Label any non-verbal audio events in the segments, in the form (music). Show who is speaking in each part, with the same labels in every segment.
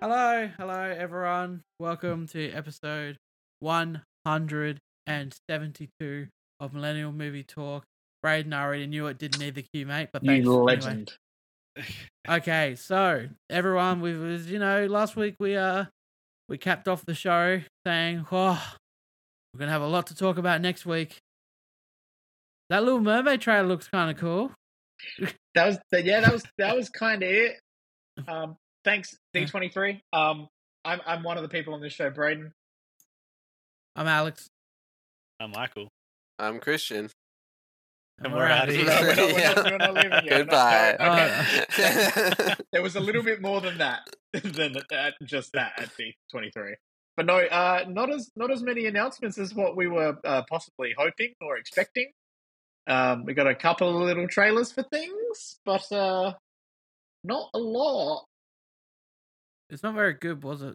Speaker 1: Hello, hello, everyone. Welcome to episode 172 of Millennial Movie Talk. Braden, I already knew it, didn't need the cue, mate, but thanks.
Speaker 2: you
Speaker 1: anyway.
Speaker 2: legend.
Speaker 1: Okay, so everyone, we was you know last week we uh we capped off the show saying, oh, we're gonna have a lot to talk about next week. That Little Mermaid trailer looks kind of cool.
Speaker 2: That was that, yeah. That was that was kind of it. Um, (laughs) thanks D twenty three. Um, I'm I'm one of the people on this show, (laughs) Braden.
Speaker 1: I'm Alex.
Speaker 3: (laughs) I'm Michael.
Speaker 4: I'm Christian.
Speaker 3: And
Speaker 1: All
Speaker 3: we're
Speaker 1: right.
Speaker 3: out of
Speaker 2: We're
Speaker 3: here.
Speaker 2: not- we're not- we're not- we're not leaving yet. We're not-
Speaker 4: Goodbye.
Speaker 2: okay.
Speaker 3: (laughs)
Speaker 2: There was a little bit more than that (laughs) than that, uh, just that at D twenty three. But no, uh, not as not as many announcements as what we were uh, possibly hoping or expecting. Um, we got a couple of little trailers for things, but uh, not a lot.
Speaker 1: It's not very good, was it?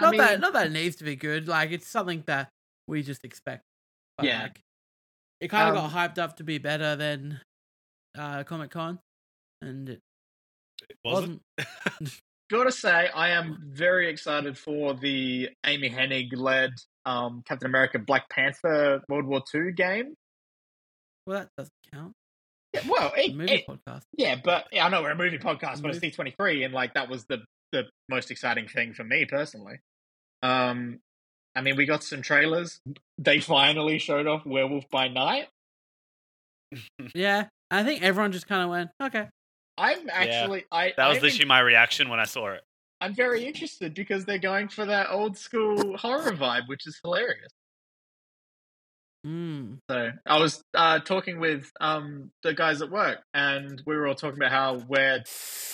Speaker 2: I
Speaker 1: Not
Speaker 2: mean-
Speaker 1: that not that it needs to be good. Like it's something that we just expect.
Speaker 2: Yeah.
Speaker 1: like, it kind of
Speaker 2: Um,
Speaker 1: got hyped up to be better than uh, Comic Con, and it
Speaker 3: Was (laughs) it?
Speaker 1: wasn't.
Speaker 2: gotta say, I am very excited for the Amy Hennig led um, Captain America Black Panther World War II game.
Speaker 1: Well, that doesn't count.
Speaker 2: Yeah, Well,
Speaker 1: It's
Speaker 2: it,
Speaker 1: a movie
Speaker 2: it-
Speaker 1: podcast.
Speaker 2: yeah, but yeah, I know we're a movie podcast, but it's
Speaker 1: Movie.
Speaker 2: D twenty three, and like that was the the most exciting thing for me personally. Um, I mean, we got some trailers. They finally showed off Werewolf by Night.
Speaker 1: Yeah, I think everyone just kind of went, okay.
Speaker 2: I'm actually, I
Speaker 3: That was
Speaker 2: I'm
Speaker 3: literally my reaction when I saw it.
Speaker 2: I'm very interested because they're going for that old school horror vibe, which is hilarious. (laughs)
Speaker 1: Mm.
Speaker 2: So I was uh, talking with um, the guys at work, and we were all talking about how we're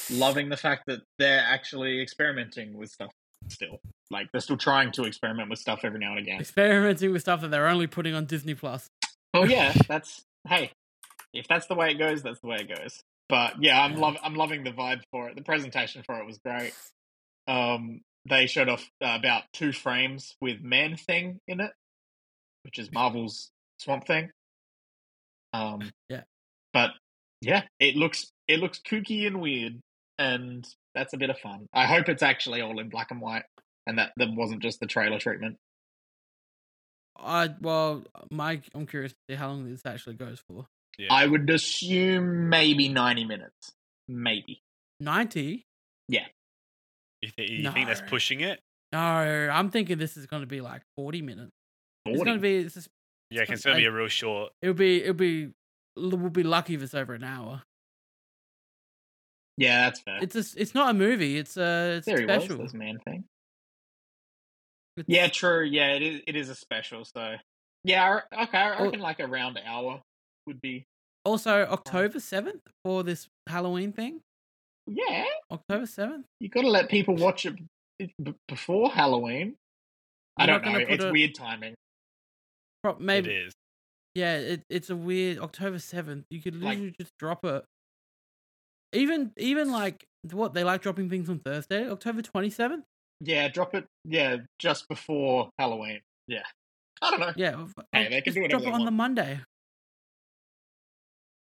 Speaker 2: loving the fact that they're actually experimenting with stuff still. Like they're still trying to experiment with stuff every now and again.
Speaker 1: Experimenting with stuff that they're only putting on Disney Plus.
Speaker 2: Oh yeah, that's hey, if that's the way it goes, that's the way it goes. But yeah, I'm lov- I'm loving the vibe for it. The presentation for it was great. Um, they showed off uh, about two frames with Man Thing in it, which is Marvel's Swamp Thing. Um,
Speaker 1: Yeah.
Speaker 2: but yeah, it looks it looks kooky and weird, and that's a bit of fun. I hope it's actually all in black and white, and that that wasn't just the trailer treatment.
Speaker 1: I well, Mike, I'm curious to see how long this actually goes for.
Speaker 3: Yeah.
Speaker 2: I would assume maybe ninety minutes, maybe.
Speaker 1: Ninety?
Speaker 3: you thi- you think that's
Speaker 1: No.
Speaker 3: pushing it?
Speaker 1: No, I'm thinking this is going to be like forty minutes. It's going to be. It's just,
Speaker 3: Yeah,
Speaker 1: Some-
Speaker 3: it's going to be a real short.
Speaker 1: it'll be. It'll be. We'll be lucky if it's over an hour.
Speaker 2: yeah, that's fair.
Speaker 1: It's a, It's not a movie. It's a. It's a
Speaker 2: there he was,
Speaker 1: special.
Speaker 2: this man thing.
Speaker 1: It's-
Speaker 2: Yeah, true. Yeah, it is. It is a special. So, yeah, I re- okay. I
Speaker 1: Oh.
Speaker 2: reckon like around hour would be.
Speaker 1: Also, October seventh for this Halloween thing.
Speaker 2: Yeah,
Speaker 1: October seventh.
Speaker 2: you got to let people watch it b- b- before Halloween. I
Speaker 1: You're
Speaker 2: don't
Speaker 1: not
Speaker 2: know.
Speaker 1: gonna put
Speaker 2: It's
Speaker 1: a-
Speaker 2: weird timing.
Speaker 1: Pro- maybe.
Speaker 3: It is.
Speaker 1: Yeah, it, it's a weird October seventh. You could
Speaker 2: Like-
Speaker 1: literally just drop it. Even even like what they like dropping things on Thursday, October twenty seventh.
Speaker 2: Yeah, drop it. Yeah, just before Halloween. Yeah, I don't know.
Speaker 1: Yeah, well, f-
Speaker 2: Hey,
Speaker 1: oh,
Speaker 2: they can
Speaker 1: just
Speaker 2: do
Speaker 1: drop
Speaker 2: whatever they
Speaker 1: it on the Monday.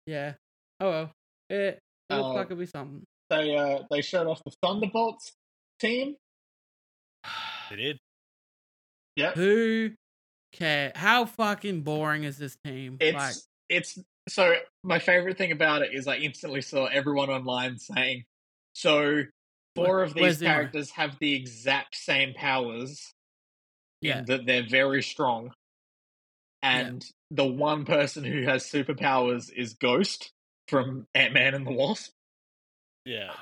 Speaker 1: Yeah. Oh well, it looks
Speaker 2: Oh.
Speaker 1: like it'll be something.
Speaker 2: They uh they showed off the Thunderbolts
Speaker 1: (sighs)
Speaker 2: team.
Speaker 3: It did.
Speaker 2: Yep.
Speaker 1: Who care? How fucking boring is this team?
Speaker 2: It's
Speaker 1: like,
Speaker 2: it's so my favorite thing about it is I instantly saw everyone online saying, so four
Speaker 1: Where's
Speaker 2: of these
Speaker 1: the other?
Speaker 2: characters have the exact same powers in
Speaker 1: yeah,
Speaker 2: that they're very strong, and the one person who has superpowers is Ghost from Ant Man and the Wasp.
Speaker 3: Yeah.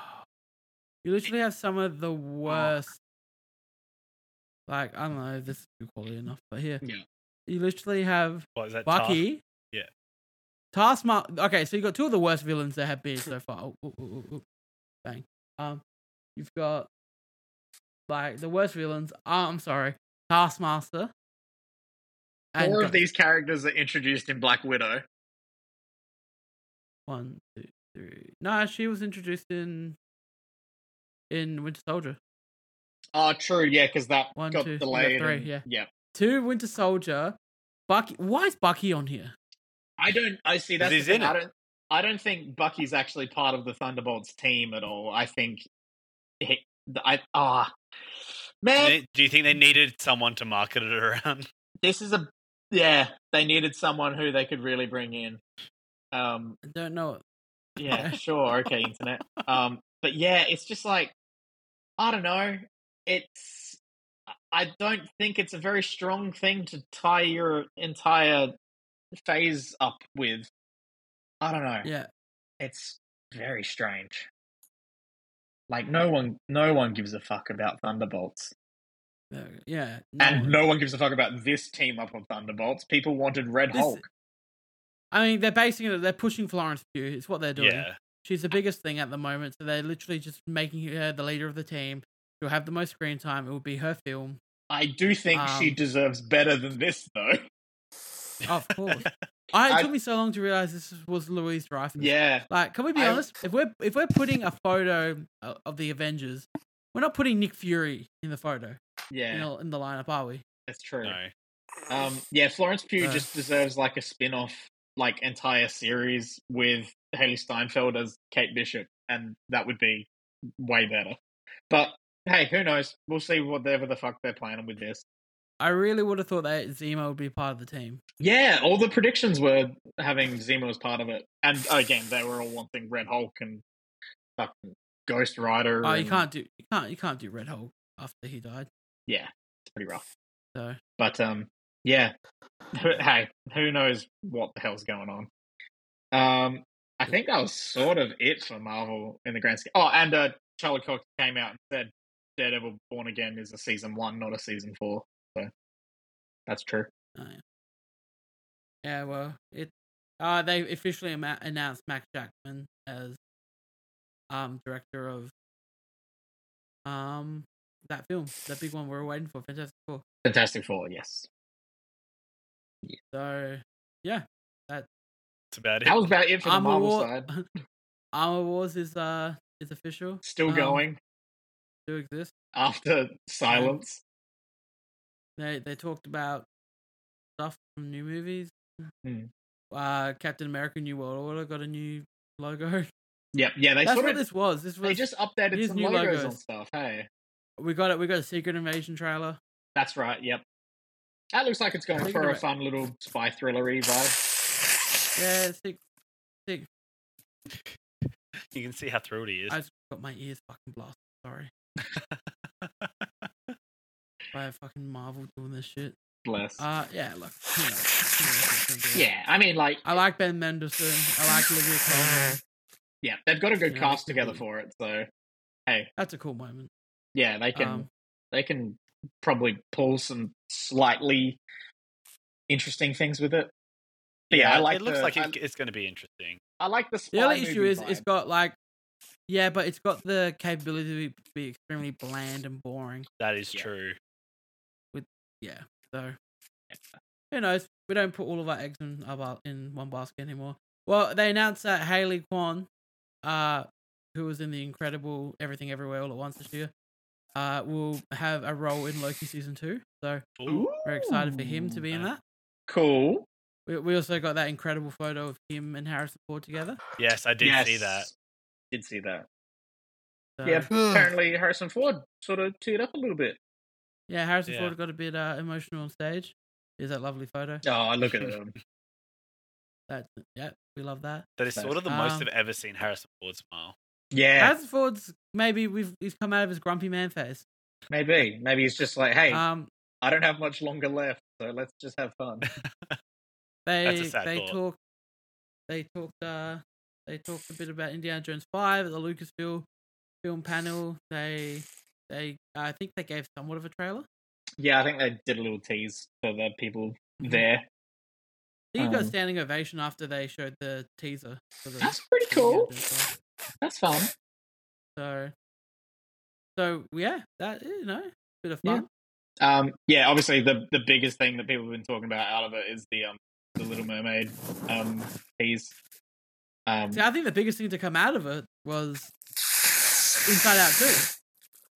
Speaker 1: (sighs) you literally have some of
Speaker 2: Oh.
Speaker 1: the worst. Like I don't know, if this is good quality enough, but here,
Speaker 2: Yeah.
Speaker 1: you literally have
Speaker 3: What is that?
Speaker 1: Bucky.
Speaker 3: Yeah.
Speaker 1: Taskmaster. Okay, so you got two of the worst villains there have been
Speaker 2: (laughs)
Speaker 1: so far. Oh, oh, oh, oh, oh. Bang. Um, you've got like the worst villains. ah, I'm sorry, Taskmaster. And
Speaker 2: Four of
Speaker 1: Ghost.
Speaker 2: these characters are introduced in Black Widow.
Speaker 1: One, two, three. No, she was introduced in in Winter Soldier.
Speaker 2: Oh, true, yeah, because that
Speaker 1: One,
Speaker 2: got
Speaker 1: two, you got
Speaker 2: delayed.
Speaker 1: three,
Speaker 2: and-
Speaker 1: yeah.
Speaker 2: yeah.
Speaker 1: Two Winter Soldier. Bucky. Why is Bucky on here?
Speaker 2: I don't. I see. That's
Speaker 3: He's
Speaker 2: the thing.
Speaker 3: in it.
Speaker 2: I don't. I don't think Bucky's actually part of the Thunderbolts team at all. I think. He, I ah. Man,
Speaker 3: They- Do you think they needed someone to market it around?
Speaker 1: (laughs)
Speaker 2: this is a yeah. They needed someone who they could really bring in. Um,
Speaker 1: I don't know.
Speaker 3: (laughs)
Speaker 2: yeah, sure, okay, internet. Um, but yeah, it's just like I don't know. It's I don't think it's a very strong thing to tie your entire phase up with. I don't know.
Speaker 1: Yeah,
Speaker 2: It's very strange. Like no one, no one gives a fuck about Thunderbolts.
Speaker 1: there- yeah.
Speaker 2: And no one gives a fuck about this team up on Thunderbolts. People wanted Red
Speaker 1: This-
Speaker 2: Hulk.
Speaker 1: I mean, they're basing it. They're pushing Florence Pugh. It's what they're doing.
Speaker 3: Yeah.
Speaker 1: She's the biggest thing at the moment, so they're literally just making her the leader of the team. She'll have the most screen time. It will be her film,
Speaker 2: I do think she
Speaker 1: Um,
Speaker 2: deserves better than this, though. (laughs)
Speaker 1: Oh, of
Speaker 3: (laughs)
Speaker 1: course. I, it
Speaker 2: I-
Speaker 1: took me so long to realize this was Louise Dreyfus.
Speaker 2: Yeah,
Speaker 1: Like, can we be
Speaker 2: I-
Speaker 1: honest? If we're if we're putting a photo uh, of the Avengers, we're not putting Nick Fury in the photo
Speaker 2: yeah,
Speaker 1: in, the, in the lineup, are we?
Speaker 2: that's true.
Speaker 3: No.
Speaker 2: Um, yeah, Florence Pugh
Speaker 1: Uh.
Speaker 2: just deserves like a spin-off, like entire series with Haley Steinfeld as Kate Bishop, and that would be way better. But hey, who knows? We'll see whatever the fuck they're planning with this.
Speaker 1: I really would have thought that Zemo would be part of the team.
Speaker 2: Yeah, all the predictions were having Zemo as part of it, and again, they were all wanting Red Hulk and fucking Ghost Rider.
Speaker 1: Oh, you
Speaker 2: and-
Speaker 1: can't do you can't you can't do Red Hulk after he died.
Speaker 2: Yeah, it's pretty rough.
Speaker 1: So
Speaker 2: But um, yeah. (laughs) Hey, who knows what the hell's going on? Um, I think that was sort of it for Marvel in the grand scheme. Oh, and uh, Charlie Cox came out and said Daredevil Born Again is a season one, not a season four. So that's true.
Speaker 1: oh, yeah. yeah, well, it uh they officially ama- announced Max Jackman as um director of um that film, that big one we're waiting for, Fantastic Four.
Speaker 2: Fantastic Four, yes.
Speaker 1: So
Speaker 3: That's about it.
Speaker 2: That was about it for the
Speaker 1: Armor
Speaker 2: Marvel
Speaker 1: War-
Speaker 2: side.
Speaker 1: (laughs)
Speaker 2: (laughs)
Speaker 1: Armor Wars is uh is official.
Speaker 2: Still
Speaker 1: um,
Speaker 2: going
Speaker 1: Do exist.
Speaker 2: after silence.
Speaker 1: They they talked about stuff from new movies.
Speaker 2: Hmm.
Speaker 1: Uh, Captain America: New World Order got a new logo. (laughs)
Speaker 2: Yep, yeah, they
Speaker 1: That's
Speaker 2: sort
Speaker 1: what
Speaker 2: of
Speaker 1: this was. This
Speaker 2: they
Speaker 1: was
Speaker 2: just updated
Speaker 1: here's
Speaker 2: some
Speaker 1: new
Speaker 2: logos,
Speaker 1: logos.
Speaker 2: on stuff. Hey,
Speaker 1: we got it. We got a Secret Invasion trailer.
Speaker 2: that's right. Yep, that looks like it's going
Speaker 1: Thinking
Speaker 2: for a
Speaker 1: about-
Speaker 2: fun little spy thrillery vibe.
Speaker 1: Yeah, sick.
Speaker 3: You can see how thrilled he is.
Speaker 1: I just got my ears fucking blasted. Sorry. By fucking Marvel doing this shit.
Speaker 2: Bless.
Speaker 1: Uh, yeah, look. who knows? Who knows what's gonna be.
Speaker 2: yeah, I mean, like,
Speaker 1: I like Ben Mendelsohn. I like Olivia Colman.
Speaker 2: yeah, they've got a good
Speaker 1: Yeah,
Speaker 2: cast
Speaker 1: they
Speaker 2: together
Speaker 1: do.
Speaker 2: for it. So,
Speaker 1: That's a cool moment.
Speaker 2: yeah, they can
Speaker 1: Um,
Speaker 2: they can probably pull some slightly interesting things with it. But yeah, I like.
Speaker 3: It looks
Speaker 2: the,
Speaker 3: like
Speaker 2: I,
Speaker 3: it, it's going to be interesting.
Speaker 2: I like the. Spy
Speaker 1: The only issue
Speaker 2: movie
Speaker 1: is it's
Speaker 2: vibe.
Speaker 1: got like, yeah, but it's got the capability to be- be extremely bland and boring.
Speaker 3: That is
Speaker 2: Yeah.
Speaker 3: true.
Speaker 1: Yeah, so who knows? We don't put all of our eggs in our ba- in one basket anymore. Well, they announced that Haley Kwan, uh, who was in the Incredible Everything Everywhere All at Once this year, uh, will have a role in Loki season two. So
Speaker 3: Ooh.
Speaker 1: we're excited for him to be in
Speaker 3: Ooh.
Speaker 1: that.
Speaker 2: cool.
Speaker 1: We, we also got that incredible photo of him and Harrison Ford together.
Speaker 3: Yes, I did
Speaker 2: yes.
Speaker 3: see that.
Speaker 2: Did see that.
Speaker 1: So,
Speaker 2: Yeah, apparently Harrison Ford sort of teared up a little bit.
Speaker 1: yeah, Harrison
Speaker 3: Yeah.
Speaker 1: Ford got a bit uh, emotional on stage. Is that lovely photo?
Speaker 2: Oh, look at
Speaker 1: (laughs)
Speaker 2: them.
Speaker 1: That yeah, we love that.
Speaker 3: That is
Speaker 2: Thanks.
Speaker 3: sort of the most
Speaker 1: Um,
Speaker 3: I've ever seen Harrison Ford smile.
Speaker 2: Yeah,
Speaker 1: Harrison Ford's maybe we've he's come out of his grumpy man phase.
Speaker 2: maybe. Maybe it's just like, hey,
Speaker 1: Um,
Speaker 2: I don't have much longer left, so let's just have
Speaker 1: (laughs)
Speaker 2: fun.
Speaker 1: they
Speaker 3: sad
Speaker 1: they
Speaker 3: thought.
Speaker 1: talked they talked uh they talked a bit about Indiana Jones five at the Lucasfilm film panel. They they I think they gave somewhat of a trailer.
Speaker 2: yeah, I think they did a little tease for the people
Speaker 1: Mm-hmm.
Speaker 2: there.
Speaker 1: I think you got a
Speaker 2: Um,
Speaker 1: standing ovation after they showed the teaser. For the,
Speaker 2: That's pretty
Speaker 1: for Indiana
Speaker 2: cool.
Speaker 1: Jones five.
Speaker 2: That's fun.
Speaker 1: So so yeah, that you know bit of
Speaker 2: Yeah.
Speaker 1: fun.
Speaker 2: Um, yeah, obviously the the biggest thing that people have been talking about out of it is the um the Little Mermaid um tease. Um,
Speaker 1: See, I think the biggest thing to come out of it was Inside Out too.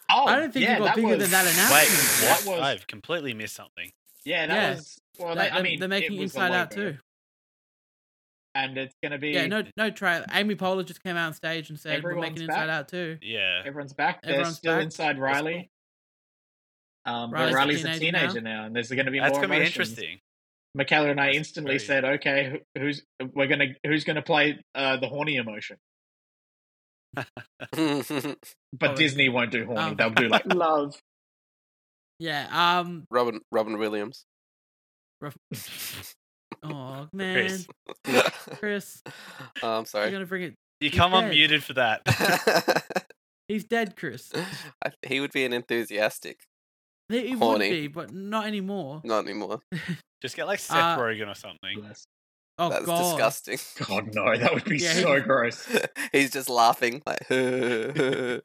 Speaker 2: oh,
Speaker 1: I don't think
Speaker 2: yeah,
Speaker 1: you got bigger
Speaker 2: was,
Speaker 1: than that
Speaker 3: Wait,
Speaker 1: announcement.
Speaker 3: what?
Speaker 2: That was-
Speaker 3: I've completely missed something.
Speaker 2: Yeah, that
Speaker 1: Yeah.
Speaker 2: was. Well,
Speaker 1: Like,
Speaker 2: they, I
Speaker 1: they're-
Speaker 2: mean,
Speaker 1: they're making
Speaker 2: it was the
Speaker 1: Inside Out
Speaker 2: logo,
Speaker 1: too.
Speaker 2: and it's gonna be
Speaker 1: Yeah, no, no trailer. Amy Poehler just came out on stage and said, "We're
Speaker 2: Everyone's
Speaker 1: making
Speaker 2: back.
Speaker 1: Inside Out too."
Speaker 3: Yeah.
Speaker 2: Everyone's back. They're
Speaker 1: Everyone's
Speaker 2: still
Speaker 1: back.
Speaker 2: inside Riley. Um,
Speaker 1: Riley's
Speaker 2: but
Speaker 1: a
Speaker 2: Riley's a
Speaker 1: teenager
Speaker 2: teenager now, and there's going to be
Speaker 3: That's
Speaker 2: more
Speaker 3: gonna be
Speaker 2: emotions.
Speaker 3: interesting.
Speaker 2: Michaela and I
Speaker 3: That's
Speaker 2: instantly
Speaker 3: very-
Speaker 2: said, "Okay, who- who's we're gonna who's gonna play uh, the horny emotion?" But
Speaker 1: Probably.
Speaker 2: Disney won't do horny;
Speaker 1: Um.
Speaker 2: they'll do like love.
Speaker 1: Yeah. Um.
Speaker 4: (laughs) Robin Robin Williams. (laughs)
Speaker 2: (laughs)
Speaker 1: Oh man,
Speaker 3: Chris.
Speaker 4: oh,
Speaker 1: Chris,
Speaker 4: I'm
Speaker 1: you're
Speaker 4: (laughs) sorry.
Speaker 1: gonna bring it.
Speaker 3: You come
Speaker 1: dead.
Speaker 3: unmuted for that.
Speaker 2: (laughs)
Speaker 1: He's dead, Chris.
Speaker 4: I, he would be an enthusiastic,
Speaker 1: He he would
Speaker 4: Horny.
Speaker 1: be, but not anymore.
Speaker 4: not anymore.
Speaker 3: Just get like Seth
Speaker 1: Uh,
Speaker 3: Rogen or something.
Speaker 1: Oh
Speaker 4: That's
Speaker 1: god.
Speaker 4: disgusting. (laughs)
Speaker 2: God no, that would be
Speaker 1: Yeah, he-
Speaker 2: so gross.
Speaker 4: He's just laughing like. (laughs) yeah,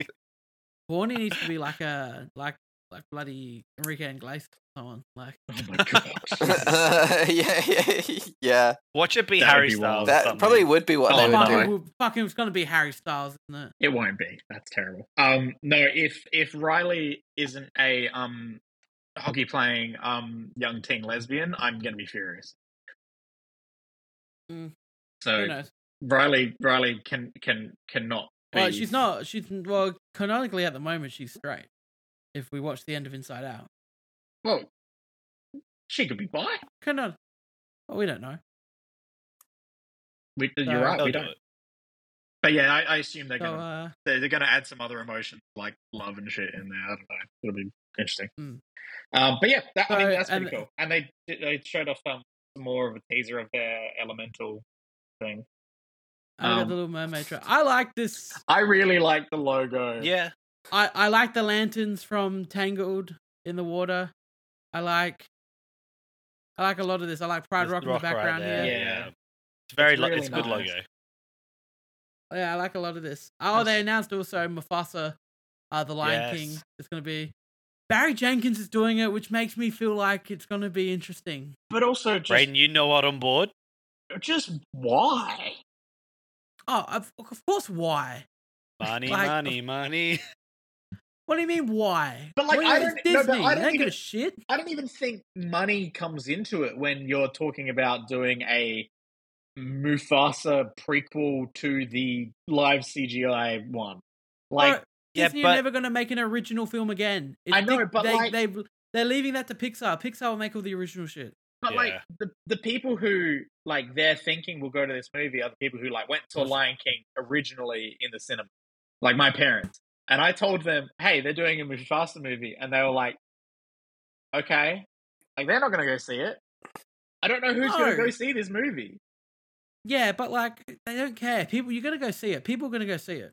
Speaker 1: Horny needs to be like a like like bloody Enrique Iglesias or someone. Like
Speaker 2: Oh my god.
Speaker 4: (laughs) yeah, yeah.
Speaker 3: Watch it be
Speaker 2: That would
Speaker 3: Harry
Speaker 2: be
Speaker 3: Styles.
Speaker 2: wild.
Speaker 3: or
Speaker 4: That
Speaker 3: something.
Speaker 4: probably would be what
Speaker 2: Oh,
Speaker 4: they
Speaker 2: no.
Speaker 4: would
Speaker 1: fuck,
Speaker 4: do.
Speaker 1: it, will- fuck, it was gonna be Harry Styles, isn't it?
Speaker 2: it won't be. That's terrible. Um, no, if if Riley isn't a um hockey playing um young teen lesbian, I'm gonna be furious.
Speaker 1: Mm.
Speaker 2: So
Speaker 1: Who knows?
Speaker 2: Riley Riley can can cannot. Be,
Speaker 1: Well, she's not. She's well, canonically at the moment she's straight. If we watch the end of Inside Out,
Speaker 2: Well, she could be bi.
Speaker 1: canon. Well, we don't know.
Speaker 2: We,
Speaker 1: No,
Speaker 2: you're right.
Speaker 3: They'll
Speaker 2: We
Speaker 3: do
Speaker 2: don't.
Speaker 3: it.
Speaker 2: But yeah, I, I assume they're
Speaker 1: So,
Speaker 2: gonna
Speaker 1: uh,
Speaker 2: they're, they're gonna add some other emotions like love and shit in there. I don't know. It'll be interesting.
Speaker 1: Mm.
Speaker 2: Um, but yeah, that, I
Speaker 1: So,
Speaker 2: think that's pretty
Speaker 1: and-
Speaker 2: cool. And they did- they showed off um, some more of a teaser of their elemental thing.
Speaker 1: uh, I got
Speaker 2: Um,
Speaker 1: the Little Mermaid. Tra- I like this.
Speaker 2: I really like the logo.
Speaker 3: Yeah.
Speaker 1: I I like the lanterns from Tangled in the water. I like. I like a lot of this. I like Pride
Speaker 3: There's
Speaker 1: Rock, in the
Speaker 3: right
Speaker 1: background
Speaker 3: there,
Speaker 1: here.
Speaker 2: Yeah.
Speaker 3: It's very
Speaker 2: It's
Speaker 3: lo-
Speaker 2: really
Speaker 3: it's a good
Speaker 2: nice.
Speaker 3: logo.
Speaker 1: Yeah, I like a lot of this. Oh, they announced also Mufasa, uh, the Lion
Speaker 3: Yes.
Speaker 1: King. It's going to be Barry Jenkins is doing it, which makes me feel like it's going to be interesting.
Speaker 2: But also just
Speaker 3: Braden, you know what on board?
Speaker 2: just why?
Speaker 1: Oh, of, of course. Why?
Speaker 3: Money,
Speaker 1: Like- (laughs)
Speaker 3: money, money.
Speaker 1: What do you mean why?
Speaker 2: But, like,
Speaker 1: What do you
Speaker 2: I
Speaker 1: mean it's
Speaker 2: don't- no, but
Speaker 1: Disney.
Speaker 2: I
Speaker 1: They
Speaker 2: don't
Speaker 1: give a
Speaker 2: even-
Speaker 1: shit.
Speaker 2: I don't even think money comes into it when you're talking about doing a Mufasa prequel to the live CGI one. Like
Speaker 1: Bro,
Speaker 3: Yeah,
Speaker 1: Disney
Speaker 3: but-
Speaker 1: are never going to make an original film again.
Speaker 2: I know, but,
Speaker 1: they,
Speaker 2: like-
Speaker 1: they they're leaving that to Pixar. Pixar will make all the original shit.
Speaker 2: But like
Speaker 3: Yeah.
Speaker 2: the the people who like their thinking will go to this movie are the people who like went to
Speaker 1: Awesome.
Speaker 2: Lion King originally in the cinema, like my parents. And I told them, "Hey, they're doing a Mufasa movie," and they were like, "Okay, like they're not going to go see it." I don't know who's going to
Speaker 1: No.
Speaker 2: go see this movie.
Speaker 1: Yeah, but like they don't care. People, you're going to go see it. People are going to go see it.